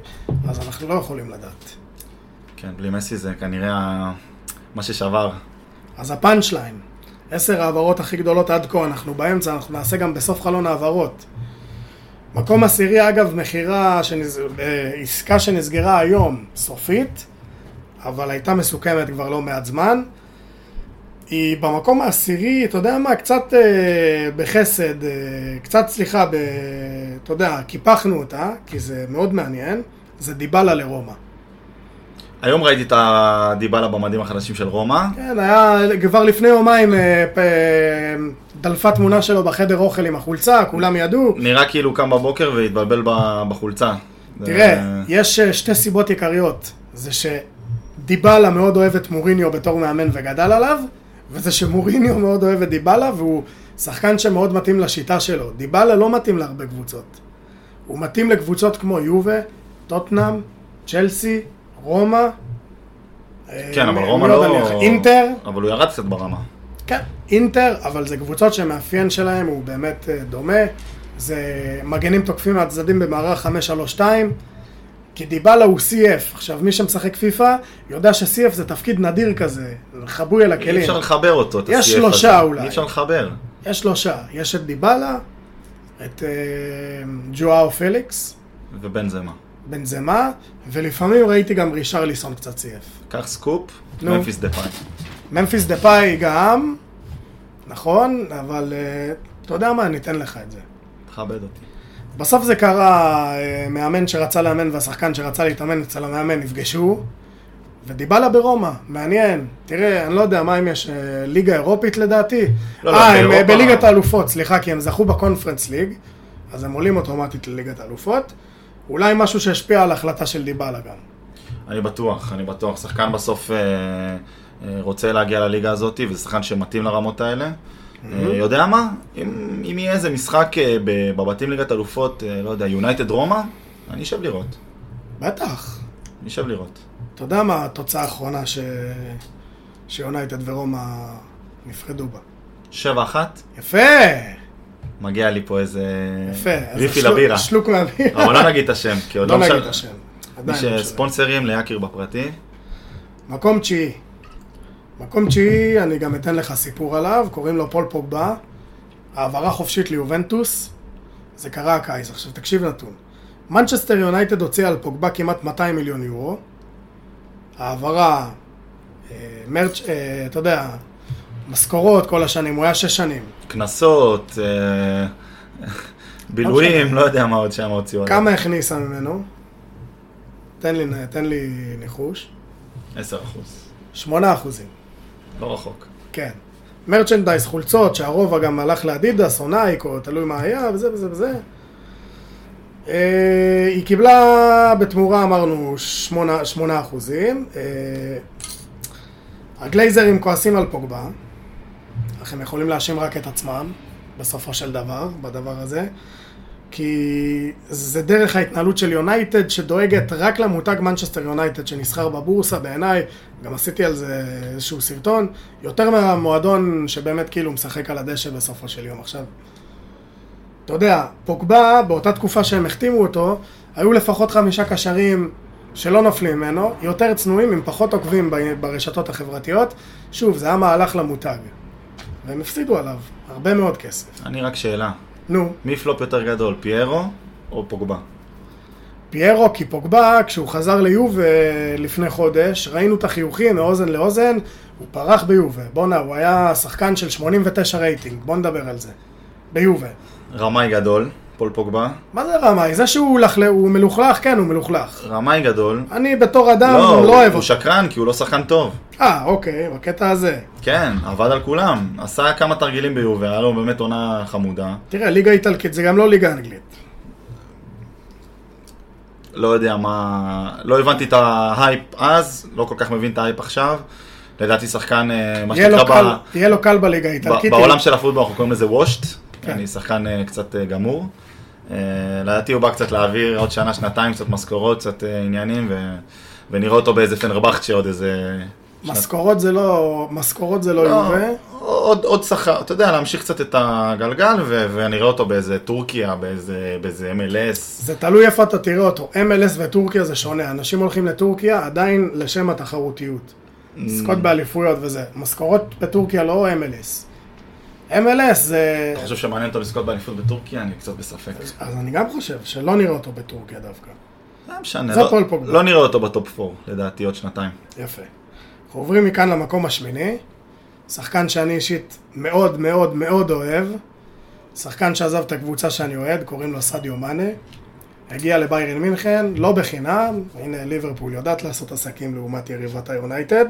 B: אז אנחנו לא יכולים לדעת.
A: כן, בלי מסי זה כנראה ה- מה ששבר.
B: אז הפאנצ' ליין, עשר ההעברות הכי גדולות עד כה, אנחנו באמצע, אנחנו נעשה גם בסוף חלון העברות. מקום עשירי, אגב, מכירה, שנז... אה, עסקה שנסגרה היום, סופית, אבל הייתה מסוכמת כבר לא מעט זמן. היא במקום העשירי, אתה יודע מה, קצת אה, בחסד, אה, קצת, סליחה, ב... אתה יודע, קיפחנו אותה, כי זה מאוד מעניין, זה דיבלה לרומא.
A: היום ראיתי את הדיבלה במדים החדשים של רומא.
B: כן, היה כבר לפני יומיים אה, פ- אה, דלפה תמונה שלו בחדר אוכל עם החולצה, כולם ידעו.
A: נראה כאילו הוא קם בבוקר והתבלבל ב- בחולצה.
B: תראה,
A: זה-
B: יש אה, שתי סיבות עיקריות. זה שדיבלה מאוד אוהב את מוריניו בתור מאמן וגדל עליו, וזה שמוריניו מאוד אוהב את דיבלה, והוא שחקן שמאוד מתאים לשיטה שלו. דיבלה לא מתאים להרבה קבוצות. הוא מתאים לקבוצות כמו יובה, טוטנאם, צ'לסי, רומא. אה,
A: כן, אבל
B: מי
A: רומא
B: עוד
A: לא...
B: אני- אינטר.
A: אבל הוא ירד קצת ברמה.
B: כן, אינטר, אבל זה קבוצות שהמאפיין שלהם הוא באמת אה, דומה. זה מגנים תוקפים מהצדדים במערך 5-3-2, כי דיבלה הוא CF. עכשיו, מי שמשחק פיפא יודע ש-CF זה תפקיד נדיר כזה, חבוי על הכלים.
A: אי אפשר לחבר אותו, את
B: יש
A: ה-CF
B: שלושה
A: הזה.
B: אולי.
A: אי אפשר לחבר.
B: יש שלושה, יש את דיבלה, את אה, ג'ואאו פליקס,
A: ובן זה מה.
B: בנזמה, ולפעמים ראיתי גם רישרליסון קצת CF.
A: קח סקופ,
B: נו.
A: מפיס דה פאי.
B: ממפיס דה פאי גם, נכון, אבל אה, אתה יודע מה, ניתן לך את זה.
A: תכבד אותי.
B: בסוף זה קרה, אה, מאמן שרצה לאמן והשחקן שרצה להתאמן אצל המאמן נפגשו, ודיבלה ברומא, מעניין. תראה, אני לא יודע, מה אם יש אה, ליגה אירופית לדעתי?
A: לא, לא,
B: אה, הם אה,
A: באירופה-
B: בליגת האלופות, סליחה, כי הם זכו בקונפרנס ליג, אז הם עולים אוטומטית לליגת האלופות. אולי משהו שהשפיע על ההחלטה של דיבלה גם.
A: אני בטוח, אני בטוח. שחקן בסוף אה, אה, רוצה להגיע לליגה הזאת, וזה שחקן שמתאים לרמות האלה. אה, יודע מה? אם אם יהיה איזה משחק אה, ב- בבתים ליגת אלופות, אה, לא יודע, יונייטד רומא, אני אשב לראות.
B: בטח.
A: אני אשב לראות.
B: אתה יודע מה התוצאה האחרונה ש... שיונייטד ורומא נפרדו בה.
A: שבע אחת,
B: יפה!
A: מגיע לי פה איזה...
B: יפה. אז
A: ריפי
B: שלוק-
A: לבירה.
B: שלוק מהבירה.
A: אבל לא נגיד את השם, כי עוד
B: לא
A: לא
B: נגיד את
A: משל-
B: השם.
A: מי
B: עדיין לא משנה.
A: שספונסרים ליאקר בפרטי.
B: מקום תשיעי. מקום תשיעי, אני גם אתן לך סיפור עליו, קוראים לו פול פוגבה. העברה חופשית ליובנטוס, זה קרה הקיץ. עכשיו תקשיב נתון. מנצ'סטר יונייטד הוציאה על פוגבה כמעט 200 מיליון יורו. העברה, אה, מרצ', אה, אתה יודע, משכורות כל השנים, הוא היה שש שנים.
A: קנסות, אה, בילויים, לא יודע מה עוד שם הוציאו.
B: אוקיי. כמה הכניסה ממנו? תן לי, תן לי ניחוש.
A: 10 אחוז,
B: 8 אחוזים.
A: לא רחוק.
B: כן. מרצ'נדייז, חולצות, שהרוב גם הלך לאדידס או נייק, או תלוי מה היה, וזה וזה וזה. אה, היא קיבלה בתמורה, אמרנו, 8, 8 אחוזים. אה, הגלייזרים כועסים על פוגבה, אך הם יכולים להאשים רק את עצמם, בסופו של דבר, בדבר הזה. כי זה דרך ההתנהלות של יונייטד שדואגת רק למותג מנצ'סטר יונייטד שנסחר בבורסה בעיניי, גם עשיתי על זה איזשהו סרטון, יותר מהמועדון שבאמת כאילו משחק על הדשא בסופו של יום. עכשיו, אתה יודע, פוגבה, באותה תקופה שהם החתימו אותו, היו לפחות חמישה קשרים שלא נופלים ממנו, יותר צנועים עם פחות עוקבים ב- ברשתות החברתיות. שוב, זה היה מהלך למותג. והם הפסידו עליו הרבה מאוד כסף.
A: אני רק שאלה,
B: נו,
A: מי פלופ יותר גדול, פיירו או פוגבה?
B: פיירו כי פוגבה, כשהוא חזר ליובה לפני חודש, ראינו את החיוכים מאוזן לאוזן, הוא פרח ביובה. בואנה, הוא היה שחקן של 89 רייטינג, בוא נדבר על זה. ביובה.
A: רמאי גדול, פול פוגבה,
B: מה זה רמאי? זה שהוא לחל... הוא מלוכלך, כן, הוא מלוכלך.
A: רמאי גדול,
B: אני בתור אדם
A: לא,
B: לא,
A: הוא-
B: לא אוהב
A: הוא
B: אותו.
A: שקרן כי הוא לא שחקן טוב.
B: אה, אוקיי, בקטע הזה.
A: כן, עבד על כולם, עשה כמה תרגילים ביובה, היה לו באמת עונה חמודה.
B: תראה, ליגה איטלקית זה גם לא ליגה אנגלית.
A: לא יודע מה, לא הבנתי את ההייפ אז, לא כל כך מבין את ההייפ עכשיו. לדעתי שחקן, אה, מה
B: יהיה לו,
A: שנקרא,
B: קל,
A: ב-
B: יהיה לו קל בליגה
A: ב-
B: האיטלקית.
A: בעולם של הפוטבול אנחנו קוראים לזה וושט,
B: כן.
A: אני שחקן אה, קצת אה, גמור. אה, לדעתי הוא בא קצת להעביר עוד שנה, שנתיים, קצת משכורות, קצת אה, עניינים, ו- ונראה אותו באיזה פנרבכצ'ה עוד איזה... שנת-
B: משכורות זה לא, משכורות זה לא
A: לא,
B: יובה.
A: עוד, עוד שכר, אתה יודע, להמשיך קצת את הגלגל, ו- ונראה אותו באיזה טורקיה, באיזה, באיזה MLS.
B: זה תלוי איפה אתה תראה אותו. MLS וטורקיה זה שונה. אנשים הולכים לטורקיה עדיין לשם התחרותיות.
A: Mm.
B: לזכות באליפויות וזה. משכורות בטורקיה לא MLS. MLS זה...
A: אתה חושב שמעניין אותו לזכות באליפות בטורקיה? אני קצת בספק.
B: אז אני גם חושב שלא נראה אותו בטורקיה דווקא.
A: לא משנה,
B: זה
A: לא,
B: הפועל פוגבה.
A: לא נראה אותו בטופ 4, לדעתי עוד שנתיים.
B: יפה. אנחנו עוברים מכאן למקום השמיני. שחקן שאני אישית מאוד מאוד מאוד אוהב. שחקן שעזב את הקבוצה שאני אוהד, קוראים לו סדיו מאנה. הגיע לביירן מינכן, לא בחינם, הנה ליברפול יודעת לעשות עסקים לעומת יריבת היונייטד.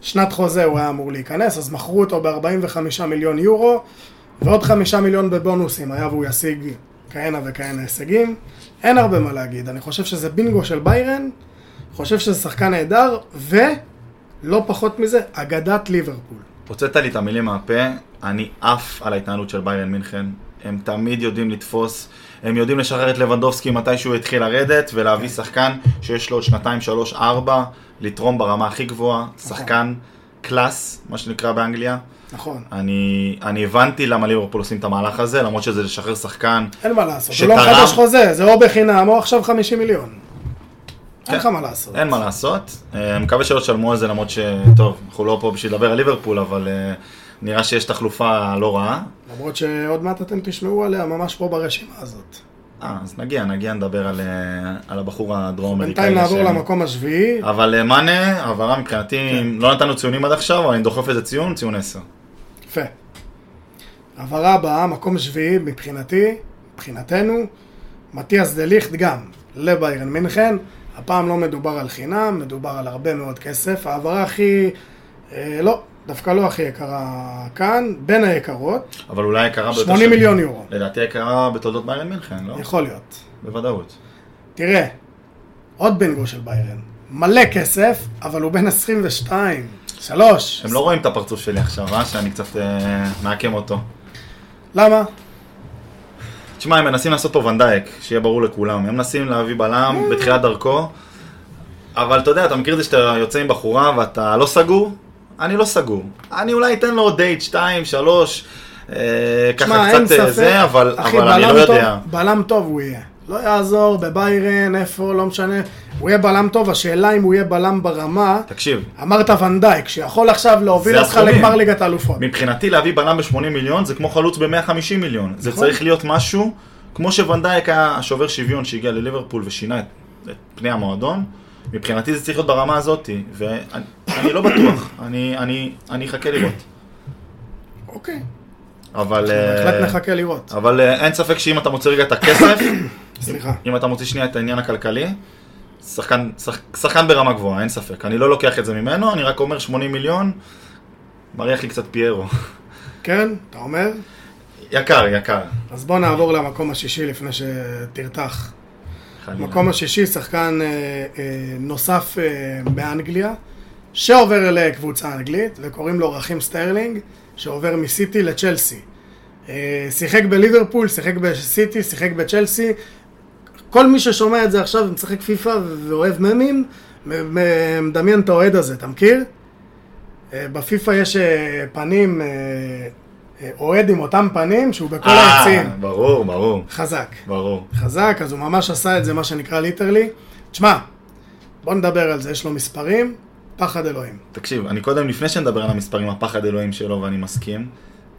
B: שנת חוזה הוא היה אמור להיכנס, אז מכרו אותו ב-45 מיליון יורו, ועוד 5 מיליון בבונוסים, היה והוא ישיג כהנה וכהנה הישגים. אין הרבה מה להגיד, אני חושב שזה בינגו של ביירן, חושב שזה שחקן נהדר, ולא פחות מזה, אגדת ליברפול.
A: הוצאת לי את המילים מהפה, אני עף על ההתנהלות של ביירן מינכן. הם תמיד יודעים לתפוס, הם יודעים לשחרר את לבנדובסקי מתי שהוא התחיל לרדת, ולהביא שחקן שיש לו עוד שנתיים, שלוש, ארבע, לתרום ברמה הכי גבוהה, שחקן קלאס, מה שנקרא באנגליה.
B: נכון,
A: אני, אני הבנתי למה ליברפול עושים את המהלך הזה, למרות שזה לשחרר שחקן.
B: אין מה לעשות, הוא
A: שתרם-
B: לא מחדש חוזה, זה או בחינם או עכשיו 50 מיליון. אין לך מה לעשות.
A: כן. אין מה לעשות. אה, מקווה שלא תשלמו על זה, למרות ש... טוב, אנחנו לא פה בשביל לדבר על ליברפול, אבל אה, נראה שיש תחלופה לא רעה.
B: למרות שעוד מעט אתם תשמעו עליה ממש פה ברשימה הזאת.
A: אה, אז נגיע, נגיע, נדבר על, אה, על הבחור הדרום-אמריקאי.
B: בינתיים נעבור
A: השם.
B: למקום כן. השביעי.
A: אבל אה, מאנה, העברה מבחינתי, אם לא נתנו ציונים עד עכשיו, אבל אני דוחף איזה ציון, ציון 10.
B: יפה. העברה הבאה, מקום שביעי מבחינתי, מבחינתנו, מתיאס דה ליכט גם לביירן מינכן. הפעם לא מדובר על חינם, מדובר על הרבה מאוד כסף. העברה הכי... אה, לא, דווקא לא הכי יקרה כאן, בין היקרות,
A: אבל אולי היקרה ביותר...
B: 80
A: של-
B: מיליון יורו.
A: לדעתי היקרה בתולדות ביירן מינכן, לא?
B: יכול להיות.
A: בוודאות.
B: תראה, עוד בינגו של ביירן. מלא כסף, אבל הוא בן 22. שלוש.
A: הם לא רואים את הפרצוף שלי עכשיו, אה? שאני קצת אה, מעקם אותו.
B: למה?
A: תשמע, הם מנסים לעשות פה ונדייק, שיהיה ברור לכולם. הם מנסים להביא בלם
B: אה.
A: בתחילת דרכו, אבל אתה יודע, אתה מכיר את זה שאתה יוצא עם בחורה ואתה לא סגור? אני לא סגור. אני אולי אתן לו דייט 2, 3, ככה
B: תשמע, אין
A: קצת אה,
B: ספק.
A: זה, אבל
B: אחי,
A: אבל אני
B: בלם
A: לא
B: טוב-
A: יודע.
B: בלם טוב הוא יהיה. לא יעזור, בביירן, איפה, לא משנה. הוא יהיה בלם טוב, השאלה אם הוא יהיה בלם ברמה.
A: תקשיב,
B: אמרת ונדייק, שיכול עכשיו להוביל
A: זה
B: אותך
A: הסכומים.
B: לגמר ליגת האלופות.
A: מבחינתי להביא בלם ב-80 מיליון זה כמו חלוץ ב-150 מיליון. זה
B: נכון.
A: צריך להיות משהו, כמו שוונדייק היה השובר שוויון שהגיע לליברפול ושינה את, את פני המועדון, מבחינתי זה צריך להיות ברמה הזאת, ואני אני לא בטוח, אני, אני, אני אחכה לראות.
B: אוקיי,
A: אבל, אה,
B: בהחלט נחכה לראות.
A: אבל אה, אין ספק שאם אתה מוציא רגע את הכסף,
B: סליחה.
A: אם אתה מוציא שנייה את העניין הכלכלי, שחקן, שח, שחקן ברמה גבוהה, אין ספק. אני לא לוקח את זה ממנו, אני רק אומר 80 מיליון, מריח לי קצת פיירו.
B: כן? אתה אומר?
A: יקר, יקר.
B: אז בוא נעבור למקום השישי לפני שתרתח.
A: חלילה.
B: מקום השישי, שחקן אה, אה, נוסף אה, באנגליה, שעובר לקבוצה אנגלית, וקוראים לו רכים סטרלינג, שעובר מסיטי לצ'לסי. אה, שיחק בליברפול, שיחק בסיטי, שיחק בצ'לסי. כל מי ששומע את זה עכשיו ומשחק פיפא ואוהב ממים, מ- מ- מדמיין את האוהד הזה, אתה מכיר? אה, בפיפא יש אה, פנים, אה, אה, אוהד עם אותם פנים שהוא בכל
A: אה,
B: העצים.
A: ברור, ברור,
B: חזק.
A: ברור.
B: חזק, אז הוא ממש עשה את זה, מה שנקרא ליטרלי. תשמע, בוא נדבר על זה, יש לו מספרים, פחד אלוהים.
A: תקשיב, אני קודם, לפני שנדבר על המספרים, הפחד אלוהים שלו, ואני מסכים,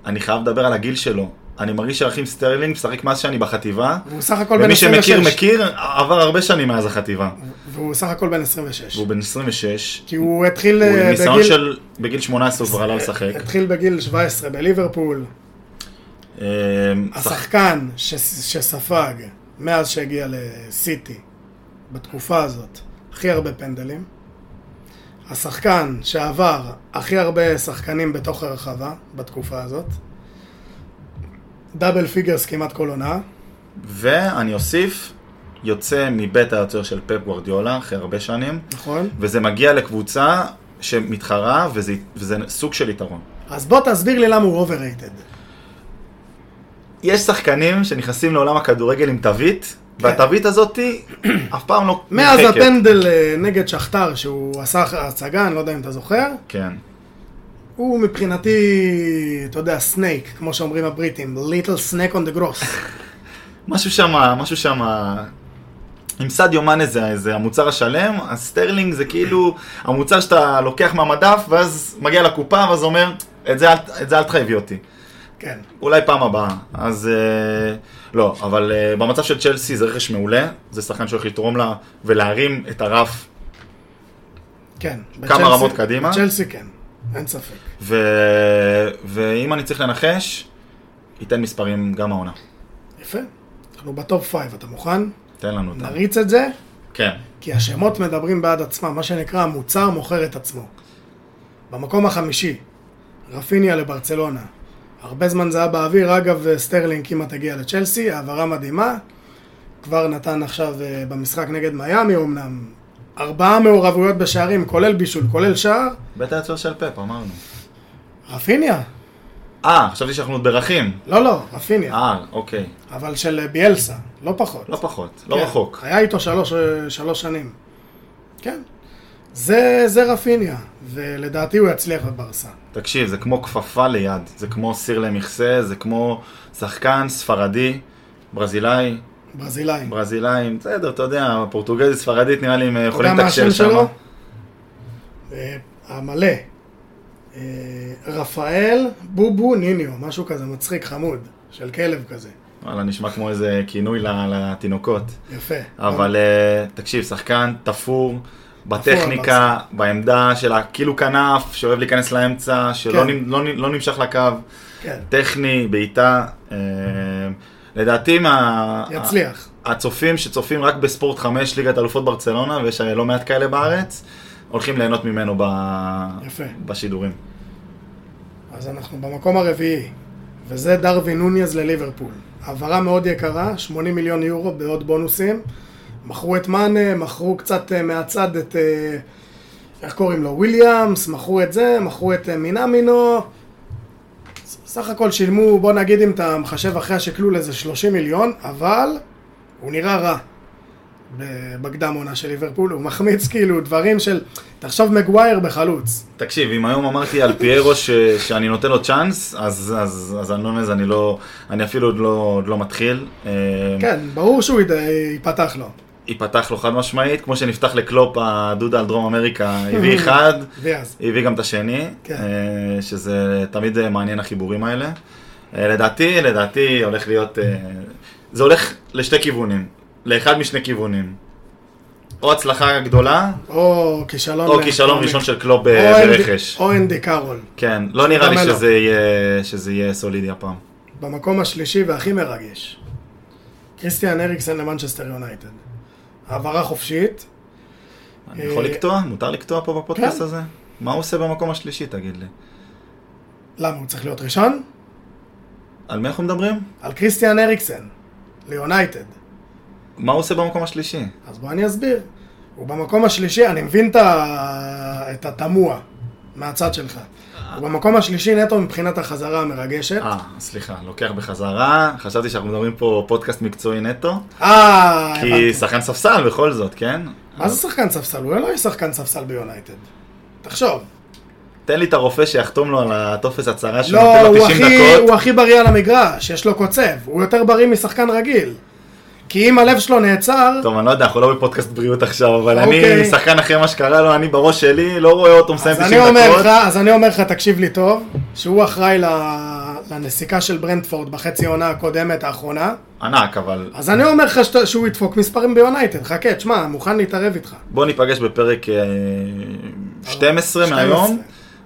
A: אני חייב לדבר על הגיל שלו. אני מרגיש שאחים סטרלינג משחק מאז שאני בחטיבה,
B: והוא סך הכל בן
A: ומי
B: 26.
A: שמכיר, מכיר, עבר הרבה שנים מאז החטיבה.
B: והוא סך הכל בן 26.
A: והוא בן 26,
B: כי הוא התחיל
A: הוא עם
B: אה,
A: ניסיון
B: בגיל...
A: של... בגיל 18 הוא כבר עלה לשחק.
B: התחיל בגיל 17 בליברפול,
A: אמ, שח-
B: השחקן ש... שספג מאז שהגיע לסיטי, בתקופה הזאת, הכי הרבה פנדלים, השחקן שעבר הכי הרבה שחקנים בתוך הרחבה, בתקופה הזאת, דאבל פיגרס כמעט כל עונה,
A: ואני אוסיף, יוצא מבית היוצר של פפ גוורדיולה, אחרי הרבה שנים,
B: נכון?
A: וזה מגיע לקבוצה שמתחרה, וזה, וזה סוג של יתרון.
B: אז בוא תסביר לי למה הוא overrated.
A: יש שחקנים שנכנסים לעולם הכדורגל עם תווית, והתווית הזאתי אף פעם לא
B: מאז
A: נמחקת.
B: הפנדל אה, נגד שכתר שהוא עשה אח- הצגה, אני לא יודע אם אתה זוכר,
A: כן.
B: הוא מבחינתי, אתה יודע, סנייק, כמו שאומרים הבריטים, little snake on the gross.
A: משהו שם, משהו שם... עם סדיו מאנה זה, זה המוצר השלם, אז סטרלינג זה כאילו המוצר שאתה לוקח מהמדף ואז מגיע לקופה ואז אומר, את זה, אל- את זה אל תחייבי אותי.
B: כן.
A: אולי פעם הבאה. אז אה, לא, אבל אה, במצב של צ'לסי זה רכש מעולה, זה שחקן שהולך לתרום לה ולהרים את הרף
B: כן.
A: כמה
B: בצ'לסי-
A: רמות קדימה?
B: בצ'לסי כן, אין ספק.
A: ו... ואם אני צריך לנחש, ייתן מספרים גם העונה.
B: יפה. אנחנו בטופ פייב, אתה מוכן?
A: תן לנו אותם.
B: נריץ את זה,
A: כן.
B: כי השמות מדברים בעד עצמם, מה שנקרא המוצר מוכר את עצמו. במקום החמישי, רפיניה לברצלונה. הרבה זמן זה היה באוויר, אגב סטרלינג כמעט הגיע לצ'לסי, העברה מדהימה. כבר נתן עכשיו אה, במשחק נגד מיאמי אמנם. ארבעה מעורבויות בשערים, כולל בישול, כולל שער.
A: בית היוצר של פפ, אמרנו.
B: רפיניה.
A: אה, חשבתי שאנחנו עוד ברכים.
B: לא, לא, רפיניה.
A: אה, אוקיי.
B: אבל של ביאלסה, לא פחות.
A: לא פחות, לא
B: כן.
A: רחוק.
B: היה איתו שלוש, אה, שלוש שנים. כן. זה, זה רפיניה, ולדעתי הוא יצליח בברסה.
A: תקשיב, זה כמו כפפה ליד, זה כמו סיר למכסה, זה כמו שחקן ספרדי, ברזילאי,
B: ברזילאי.
A: ברזילאים, בסדר, אתה יודע, פורטוגזית, ספרדית, נראה לי הם
B: אתה יודע
A: יכולים
B: מה
A: לתקשר
B: השם
A: שם.
B: שלו? אה, המלא. אה, רפאל בובו ניניו, משהו כזה מצחיק, חמוד, של כלב כזה.
A: וואלה, נשמע כמו איזה כינוי ל- לתינוקות.
B: יפה.
A: אבל אה, תקשיב, שחקן תפור בטכניקה,
B: נכון.
A: בעמדה של הכאילו כנף, שאוהב להיכנס לאמצע, שלא
B: כן.
A: נמ- לא נ- לא נמשך לקו,
B: כן,
A: טכני, בעיטה. אה, לדעתי, מה-
B: יצליח.
A: אה, הצופים שצופים רק בספורט 5, ליגת אלופות ברצלונה, ויש לא מעט כאלה בארץ, הולכים ליהנות ממנו ב-
B: יפה.
A: בשידורים.
B: אז אנחנו במקום הרביעי, וזה דרווין נוניז לליברפול. העברה מאוד יקרה, 80 מיליון יורו בעוד בונוסים. מכרו את מאנה, מכרו קצת אה, מהצד את, אה, איך קוראים לו, וויליאמס, מכרו את זה, מכרו את אה, מינאמינו. ס- סך הכל שילמו, בוא נגיד אם אתה מחשב אחרי השקלול איזה 30 מיליון, אבל הוא נראה רע. ב- בקדם עונה של ליברפול, הוא מחמיץ כאילו דברים של, תחשוב מגווייר בחלוץ.
A: תקשיב, אם היום אמרתי על פיירו ש, שאני נותן לו צ'אנס, אז, אז, אז אני לא מבין, אני לא, אני אפילו עוד לא, עוד לא מתחיל. כן.
B: כן, ברור שהוא יד- ייפתח לו.
A: ייפתח לו חד משמעית, כמו שנפתח לקלופ הדודה על דרום אמריקה, הביא אחד,
B: ואז,
A: הביא גם את השני,
B: כן.
A: אה, שזה תמיד אה, מעניין החיבורים האלה. אה, לדעתי, לדעתי הולך להיות, אה, זה הולך לשתי כיוונים, לאחד משני כיוונים. או הצלחה גדולה,
B: או כישלון...
A: או
B: ל-
A: כישלון
B: או
A: ראשון
B: מ-
A: של אה, קלופ
B: או
A: ב-
B: אנדי-
A: ברכש.
B: או אנדי קארול.
A: כן, לא נראה לי
B: אוקיי. גם לא.
A: שזה יהיה, שזה יהיה סולידי הפעם.
B: במקום השלישי והכי מרגש. קריסטיאן אריקסן למנצ'סטר יונייטד. העברה חופשית.
A: אני יכול
B: אה,
A: לקטוע? מותר לקטוע פה בפודקאסט
B: כן.
A: הזה? מה הוא עושה במקום השלישי, תגיד לי?
B: למה הוא צריך להיות ראשון?
A: על מי אנחנו מדברים?
B: על קריסטיאן אריקסן, ליונייטד.
A: מה הוא עושה במקום השלישי?
B: אז בוא אני אסביר. הוא במקום השלישי, אני מבין את ה- את התמוה מהצד שלך. הוא במקום השלישי נטו מבחינת החזרה המרגשת.
A: אה, סליחה, לוקח בחזרה, חשבתי שאנחנו מדברים פה פודקאסט מקצועי נטו,
B: אה,
A: כי
B: הבנתי.
A: שחקן ספסל בכל זאת, כן?
B: מה זה שחקן ספסל? הוא לא יהיה שחקן ספסל ביונייטד. תחשוב.
A: תן לי את הרופא שיחתום לו על הטופס הצהרה שהוא
B: לא,
A: נותן לו
B: הוא
A: 90
B: הכי,
A: דקות.
B: הוא הכי בריא על המגרש, יש לו קוצב, הוא יותר בריא משחקן רגיל. כי אם הלב שלו נעצר,
A: טוב, אני לא יודע, אנחנו לא בפודקאסט בריאות עכשיו, אבל אני
B: אוקיי.
A: שחקן אחרי מה שקרה לו, אני בראש שלי, לא רואה אותו מסיים
B: אז
A: 90
B: אני, אומר
A: דקות.
B: לך, אז אני אומר לך, תקשיב לי טוב, שהוא אחראי ל- לנסיקה של ברנדפורד בחצי העונה הקודמת האחרונה,
A: ענק, אבל
B: אז אני אומר לך שת- שהוא ידפוק מספרים ביונייטד, חכה, תשמע, אני מוכן להתערב איתך.
A: בוא ניפגש בפרק אה, 12 מהיום,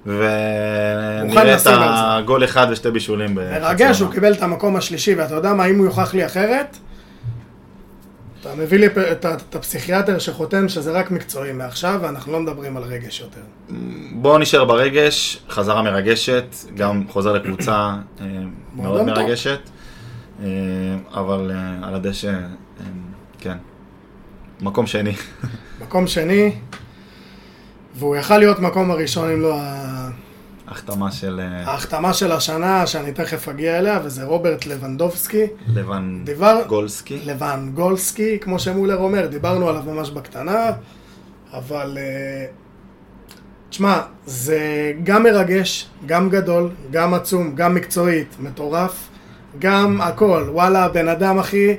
B: 12. מוכן
A: ונראה את
B: לשים על
A: הגול אחד ושתי בישולים. בחצי
B: מרגש,
A: עונה.
B: הוא קיבל את המקום השלישי, ואתה יודע מה, אם הוא יוכח לי אחרת, אתה מביא לי פ- את ה- את הפסיכיאטר שחותם שזה רק מקצועי מעכשיו, ואנחנו לא מדברים על רגש יותר.
A: בואו נשאר ברגש, חזרה מרגשת, גם חוזר לקבוצה אה, מאוד
B: מועדון טוב.
A: מרגשת, אה, אבל אה, על הדשא, אה, כן, מקום שני.
B: מקום שני, והוא יכל להיות מקום הראשון אם לא ה-
A: החתמה של אה,
B: ההחתמה של השנה, שאני תכף אגיע אליה, וזה רוברט לבנדובסקי,
A: לבן
B: דיבר-
A: גולסקי.
B: לבן גולסקי, כמו שמולר אומר, דיברנו עליו ממש בקטנה, אבל... אה, תשמע, זה גם מרגש, גם גדול, גם עצום, גם מקצועית, מטורף, גם הכל. וואלה, הבן אדם, אחי,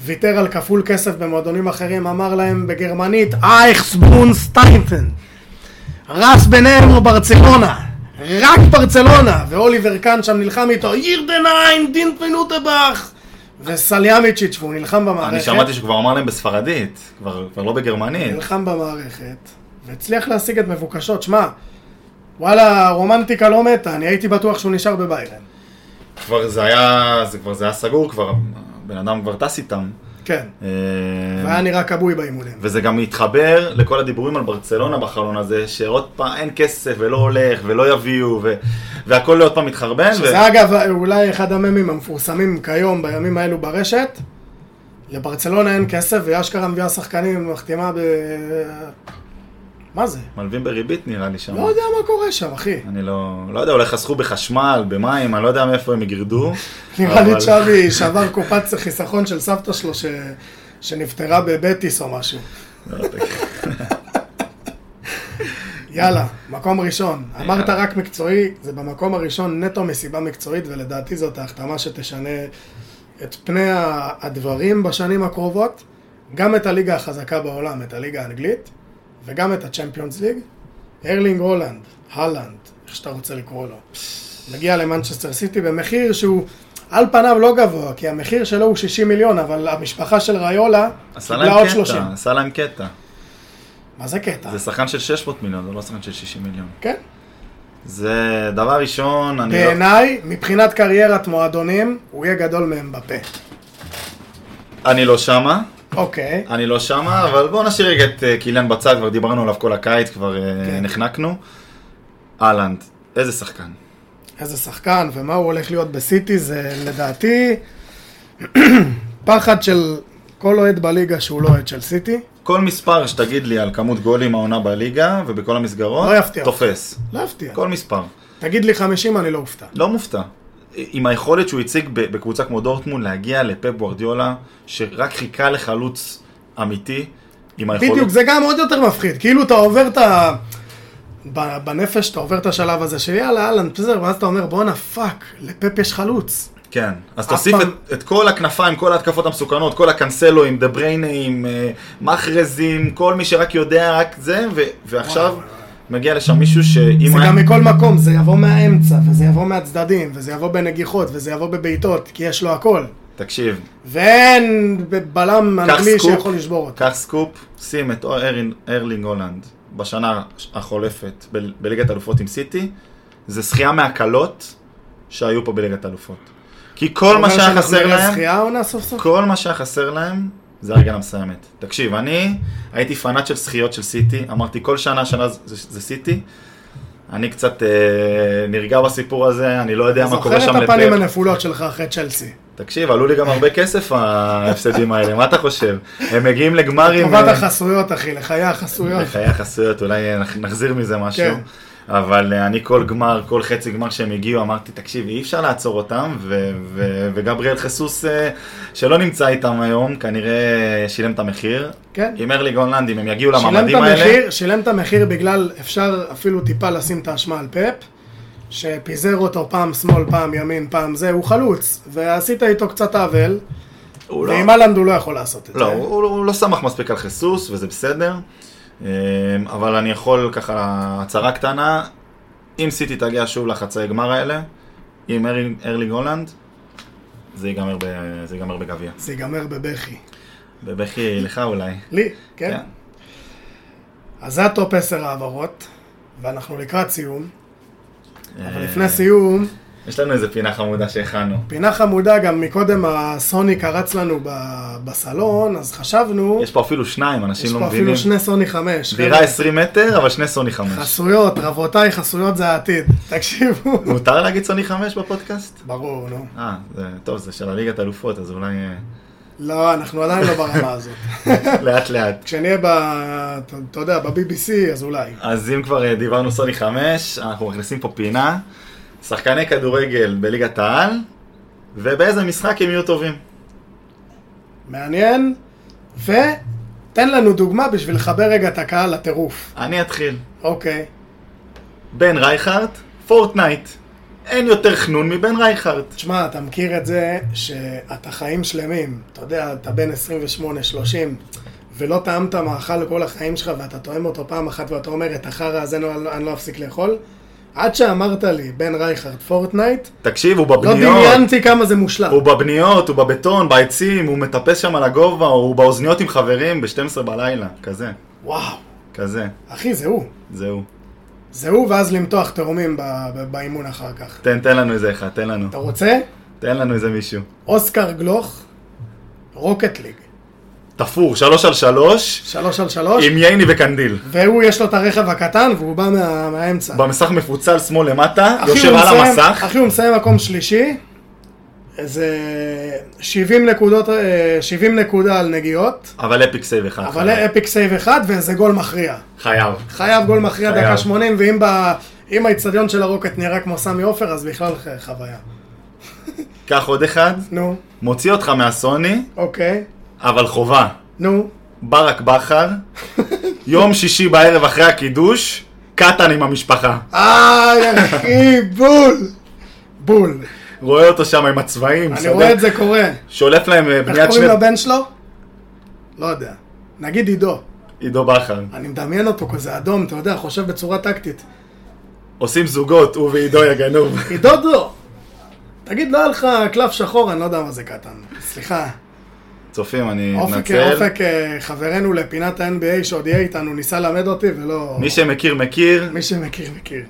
B: ויתר על כפול כסף במועדונים אחרים, אמר להם בגרמנית, אייכס בון סטייפן. רס ביניהם הוא ברצלונה. רק ברצלונה! ואוליבר קאן שם נלחם איתו, ירדניים, דין פנוטבך! וסליאמיצ'יץ', והוא נלחם במערכת.
A: אני שמעתי שכבר אמר להם בספרדית, כבר כבר לא בגרמנית.
B: נלחם במערכת, והצליח להשיג את מבוקשות. שמע, וואלה, רומנטיקה לא מתה, אני הייתי בטוח שהוא נשאר בביירן.
A: כבר זה היה, זה כבר זה היה סגור, כבר הבן אדם כבר טס איתם.
B: כן.
A: אה,
B: והיה נראה כבוי באימונים.
A: וזה גם מתחבר לכל הדיבורים על ברצלונה בחלון הזה, שעוד פעם אין כסף ולא הולך ולא יביאו ו... והכל עוד פעם מתחרבן. ו...
B: שזה אגב אולי אחד הממים המפורסמים כיום, בימים האלו ברשת. לברצלונה אין כסף, והיא אשכרה מביאה שחקנים ומחתימה ב... מה זה?
A: מלווים בריבית נראה לי שם.
B: לא יודע מה קורה שם, אחי.
A: אני לא, לא יודע, אולי חסכו בחשמל, במים, אני לא יודע מאיפה הם יגרדו.
B: נראה לי
A: אבל-
B: צ'אבי שבר קופת חיסכון של סבתא שלו ש... שנפטרה בבטיס או משהו. יאללה, מקום ראשון. אמרת רק מקצועי, זה במקום הראשון נטו מסיבה מקצועית, ולדעתי זאת ההחתמה שתשנה את פני ה- הדברים בשנים הקרובות, גם את הליגה החזקה בעולם, את הליגה האנגלית, וגם את הצ'מפיונס ליג. ארלינג הולנד, הלנד, איך שאתה רוצה לקרוא לו, מגיע למנצ'סטר סיטי במחיר שהוא על פניו לא גבוה, כי המחיר שלו הוא 60 מיליון, אבל המשפחה של ראיולה
A: עשה
B: קיבלה עוד
A: להם
B: 30.
A: קטע, עשה להם קטע.
B: מה זה קטע?
A: זה שחקן של 600 מיליון, זה לא שחקן של 60 מיליון.
B: כן.
A: זה דבר ראשון, אני לא...
B: בעיניי, מבחינת קריירת מועדונים, הוא יהיה גדול מהם בפה.
A: אני לא שמה,
B: אוקיי.
A: אני לא שמה, אבל בואו נשאיר רגע את אה, קיליאן בצד, כבר דיברנו עליו כל הקיץ, כבר אה,
B: כן.
A: נחנקנו. אהלנד, איזה שחקן.
B: איזה שחקן ומה הוא הולך להיות בסיטי, זה לדעתי פחד של כל אוהד בליגה שהוא לא אוהד של סיטי.
A: כל מספר שתגיד לי על כמות גולים העונה בליגה ובכל המסגרות,
B: לא יפתיע.
A: תופס.
B: לא הפתיע.
A: כל מספר.
B: תגיד לי 50, אני לא אופתע.
A: לא מופתע. עם היכולת שהוא הציג ב- בקבוצה כמו דורטמונד להגיע לפפ גוורדיולה, שרק חיכה לחלוץ אמיתי, עם היכולת...
B: בדיוק, זה גם עוד יותר מפחיד. כאילו אתה עובר את ה... ב- בנפש אתה עובר את השלב הזה של יאללה, אהלן, בסדר, ואז אתה אומר בואנה פאק, לפפ יש חלוץ.
A: כן. אז
B: אף
A: תוסיף
B: פעם-
A: את, את כל הכנפיים, כל ההתקפות המסוכנות, כל הקנסלואים, דה בריינאים, אה, מחרזים, כל מי שרק יודע רק זה, ו- ועכשיו
B: וואו.
A: מגיע לשם מישהו שאם
B: זה גם מכל מקום, זה יבוא מהאמצע, וזה יבוא מהצדדים, וזה יבוא בנגיחות, וזה יבוא בבעיטות, כי יש לו הכל.
A: תקשיב,
B: ואין בלם
A: קח
B: אנגלי
A: סקופ.
B: שיכול לשבור אותו.
A: קח סקופ, שים את ארלינג, ארלינג הולנד בשנה החולפת ב- בליגת אלופות עם סיטי, זה שחייה מהקלות שהיו פה בליגת אלופות. כי כל מה
B: אומר
A: שהיה
B: שאנחנו
A: חסר
B: נראה
A: להם,
B: זכייה העונה סוף סוף?
A: כל מה שהיה חסר להם, זה הרגל המסיימת. תקשיב, אני הייתי פנאט של זכיות של סיטי, אמרתי כל שנה, שנה זה, זה סיטי. אני קצת אה, נרגע בסיפור הזה, אני לא יודע מה
B: זוכר
A: קורה שם כן,
B: את הפנים
A: לפאפ.
B: הנפולות שלך אחרי צ'לסי.
A: תקשיב, עלו לי גם הרבה כסף ההפסדים האלה, מה אתה חושב? הם מגיעים לגמרים...
B: טובת
A: אה,
B: החסויות, אחי, לחיי החסויות.
A: בחיי החסויות, אולי נח- נחזיר מזה משהו.
B: כן.
A: אבל אה, אני כל גמר, כל חצי גמר שהם הגיעו, אמרתי, תקשיב, אי אפשר לעצור אותם, ו- ו- וגבריאל חיסוס, אה, שלא נמצא איתם היום, כנראה שילם את המחיר.
B: כן.
A: עם ארליג הולנד, אם הם יגיעו
B: שילם את
A: למעמדים האלה,
B: המחיר, שילם את המחיר בגלל, אפשר אפילו טיפה לשים את האשמה על פאפ, שפיזר אותו פעם שמאל, פעם ימין, פעם זה, הוא חלוץ, ועשית איתו קצת עוול,
A: הוא לא-
B: ועם אהלנד הוא לא יכול לעשות את
A: לא,
B: זה.
A: הוא- הוא הוא לא סמך מספיק על חיסוס, וזה בסדר. אה, אבל אני יכול ככה, הצהרה קטנה, אם סיטי תגיע שוב לחצי גמר האלה, עם ארלינג- ארלינג הולנד, זה ייגמר ב- זה ייגמר בגביע.
B: זה ייגמר בבכי.
A: בבכי לך אולי.
B: לי, כן?
A: כן.
B: אז זה הטופ 10 העברות, ואנחנו לקראת סיום, אבל
A: אה,
B: לפני סיום,
A: יש לנו איזה פינה חמודה שהכנו.
B: פינה חמודה, גם מקודם הסוני קרץ לנו ב- בסלון, אז חשבנו,
A: יש פה אפילו שניים, אנשים
B: יש
A: לא
B: פה
A: מבינים.
B: אפילו שני סוני 5.
A: דירה 20 מטר, אבל שני סוני 5.
B: חסויות, רבותיי, חסויות זה העתיד. תקשיבו.
A: מותר להגיד סוני 5 בפודקאסט?
B: ברור, נו.
A: אה, זה- טוב, זה של הליגת אלופות, אז אולי אה,
B: לא, אנחנו עדיין לא ברמה הזאת.
A: לאט לאט.
B: כשנהיה ב... אתה- אתה יודע, ב-BBC, אז אולי.
A: אז אם כבר אה, דיברנו סוני 5, אנחנו מכניסים פה פינה, שחקני כדורגל בליגת העל, ובאיזה משחק הם יהיו טובים.
B: מעניין. ותן לנו דוגמה בשביל לחבר רגע את הקהל לטירוף.
A: אני אתחיל.
B: אוקיי.
A: בן רייכרט, פורטנייט. אין יותר חנון מבן רייכרט.
B: תשמע, אתה מכיר את זה שאתה חיים שלמים. אתה יודע, אתה בן 28-30, ולא טעמת מאכל כל החיים שלך, ואתה טועם אותו פעם אחת, ואתה אומר, את החרא הזה לא- אני לא אפסיק לאכול. עד שאמרת לי, בן רייכרד פורטנייט,
A: תקשיב, הוא
B: לא
A: בבניות.
B: דמיינתי כמה זה מושלם.
A: הוא בבניות, הוא בבטון, בעצים, הוא מטפס שם על הגובה, הוא באוזניות עם חברים ב-12 בלילה, כזה,
B: וואו,
A: כזה,
B: אחי, זה הוא.
A: זהו.
B: זה הוא, ואז למתוח תאומים ב- ב- באימון אחר כך.
A: תן, תן לנו איזה אחד, תן לנו,
B: אתה רוצה?
A: תן לנו איזה מישהו.
B: אוסקר גלוך, רוקט ליג.
A: תפור, שלוש על שלוש,
B: שלוש על שלוש,
A: עם ייני וקנדיל.
B: והוא יש לו את הרכב הקטן, והוא בא מה- מהאמצע.
A: במסך מפוצל שמאל למטה,
B: אחי,
A: יושב
B: הוא
A: על
B: מסיים-
A: המסך.
B: אחי, הוא מסיים מקום שלישי. איזה 70 נקודות, אה, 70 נקודה על נגיעות,
A: אבל אפיק סייב אחד.
B: אבל
A: חייב.
B: אפיק סייב אחד ואיזה גול מכריע.
A: חייב.
B: חייב גול מכריע
A: חייב.
B: דקה 80, ואם ב- אם האיצטדיון של הרוקט נראה כמו סמי עופר, אז בכלל ח- חוויה.
A: קח עוד אחד,
B: נו,
A: מוציא אותך מהסוני,
B: אוקיי,
A: אבל חובה.
B: נו.
A: ברק בכר, יום שישי בערב אחרי הקידוש, קטן עם המשפחה.
B: איי, אחי, בול! בול.
A: רואה אותו שם עם הצבעים,
B: אני
A: מסדר-
B: רואה את זה קורה.
A: שולף להם אה,
B: איך
A: בניית
B: קוראים
A: שני...
B: לבן שלו? לא יודע. נגיד עידו.
A: עידו בכר.
B: אני מדמיין אותו כזה אדום, אתה יודע, חושב בצורה טקטית.
A: עושים זוגות, הוא ועידו יגנוב.
B: עידו דו! תגיד, לא היה לך קלף שחור, אני לא יודע מה זה קטן. סליחה.
A: צופים, אני
B: אופק,
A: מתנצל.
B: אופק, אה, חברנו לפינת ה-NBA שעוד יהיה איתנו, ניסה ללמד אותי ולא...
A: מי שמכיר, מכיר.
B: מי שמכיר, מכיר.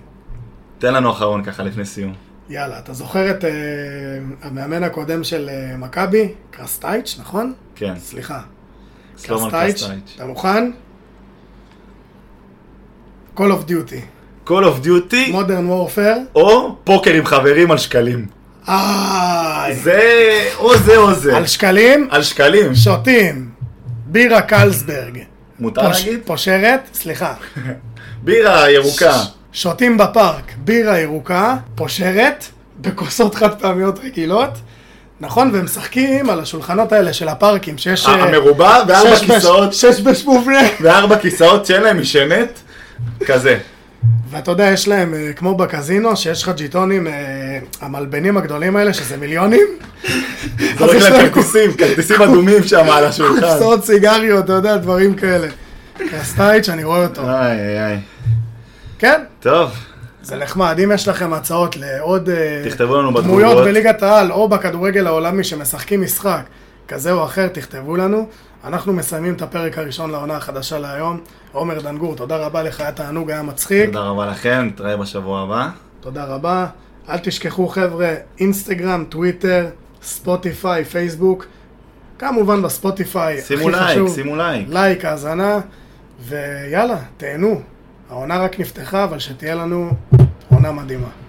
A: תן לנו אחרון ככה לפני סיום.
B: יאללה, אתה זוכר את אה, המאמן הקודם של אה, מכבי? קרסטייץ', נכון?
A: כן,
B: סליחה.
A: סלומן
B: קרסטייץ',
A: קסטייץ'.
B: אתה מוכן? Call of Duty,
A: Call of Duty
B: Modern Warfare,
A: או פוקר עם חברים על שקלים.
B: איי,
A: זה או זה או זה.
B: אה, על שקלים,
A: על שקלים.
B: שותים, בירה קלסברג,
A: מותר
B: פוש-
A: להגיד?
B: פושרת, סליחה,
A: בירה ירוקה.
B: שותים בפארק, בירה ירוקה, פושרת, בכוסות חד פעמיות רגילות, נכון, ומשחקים על השולחנות האלה של הפארקים, שיש... אה,
A: המרובע וארבע
B: שש בש-
A: כיסאות.
B: שש בשמובנה.
A: וארבע כיסאות שאין להם משענת. כזה.
B: ואתה יודע, יש להם, אה, כמו בקזינו, שיש לך ג'יטונים, אה, המלבנים הגדולים האלה, שזה מיליונים,
A: זורק
B: יש להם
A: להם כרטיסים, כרטיסים אדומים שם על השולחן.
B: קופסאות סיגריות, אתה יודע, דברים כאלה. קרסטייץ', אני רואה אותו.
A: איי איי איי.
B: כן,
A: טוב,
B: זה נחמד. אם יש לכם הצעות לעוד אה,
A: תכתבו לנו
B: דמויות
A: בתגובות.
B: בליגת העל, או בכדורגל העולמי שמשחקים משחק כזה או אחר, תכתבו לנו. אנחנו מסיימים את הפרק הראשון לעונה החדשה להיום. עומר דנגור, תודה רבה לך, היה תענוג, היה מצחיק.
A: תודה רבה לכם, נתראה בשבוע הבא.
B: תודה רבה. אל תשכחו חבר'ה, אינסטגרם, טוויטר, ספוטיפיי, פייסבוק. כמובן בספוטיפיי, הכי
A: שימו
B: חשוב.
A: לייק, שימו לייק.
B: לייק, האזנה, ויאללה, תהנו. העונה רק נפתחה, אבל שתהיה לנו עונה מדהימה.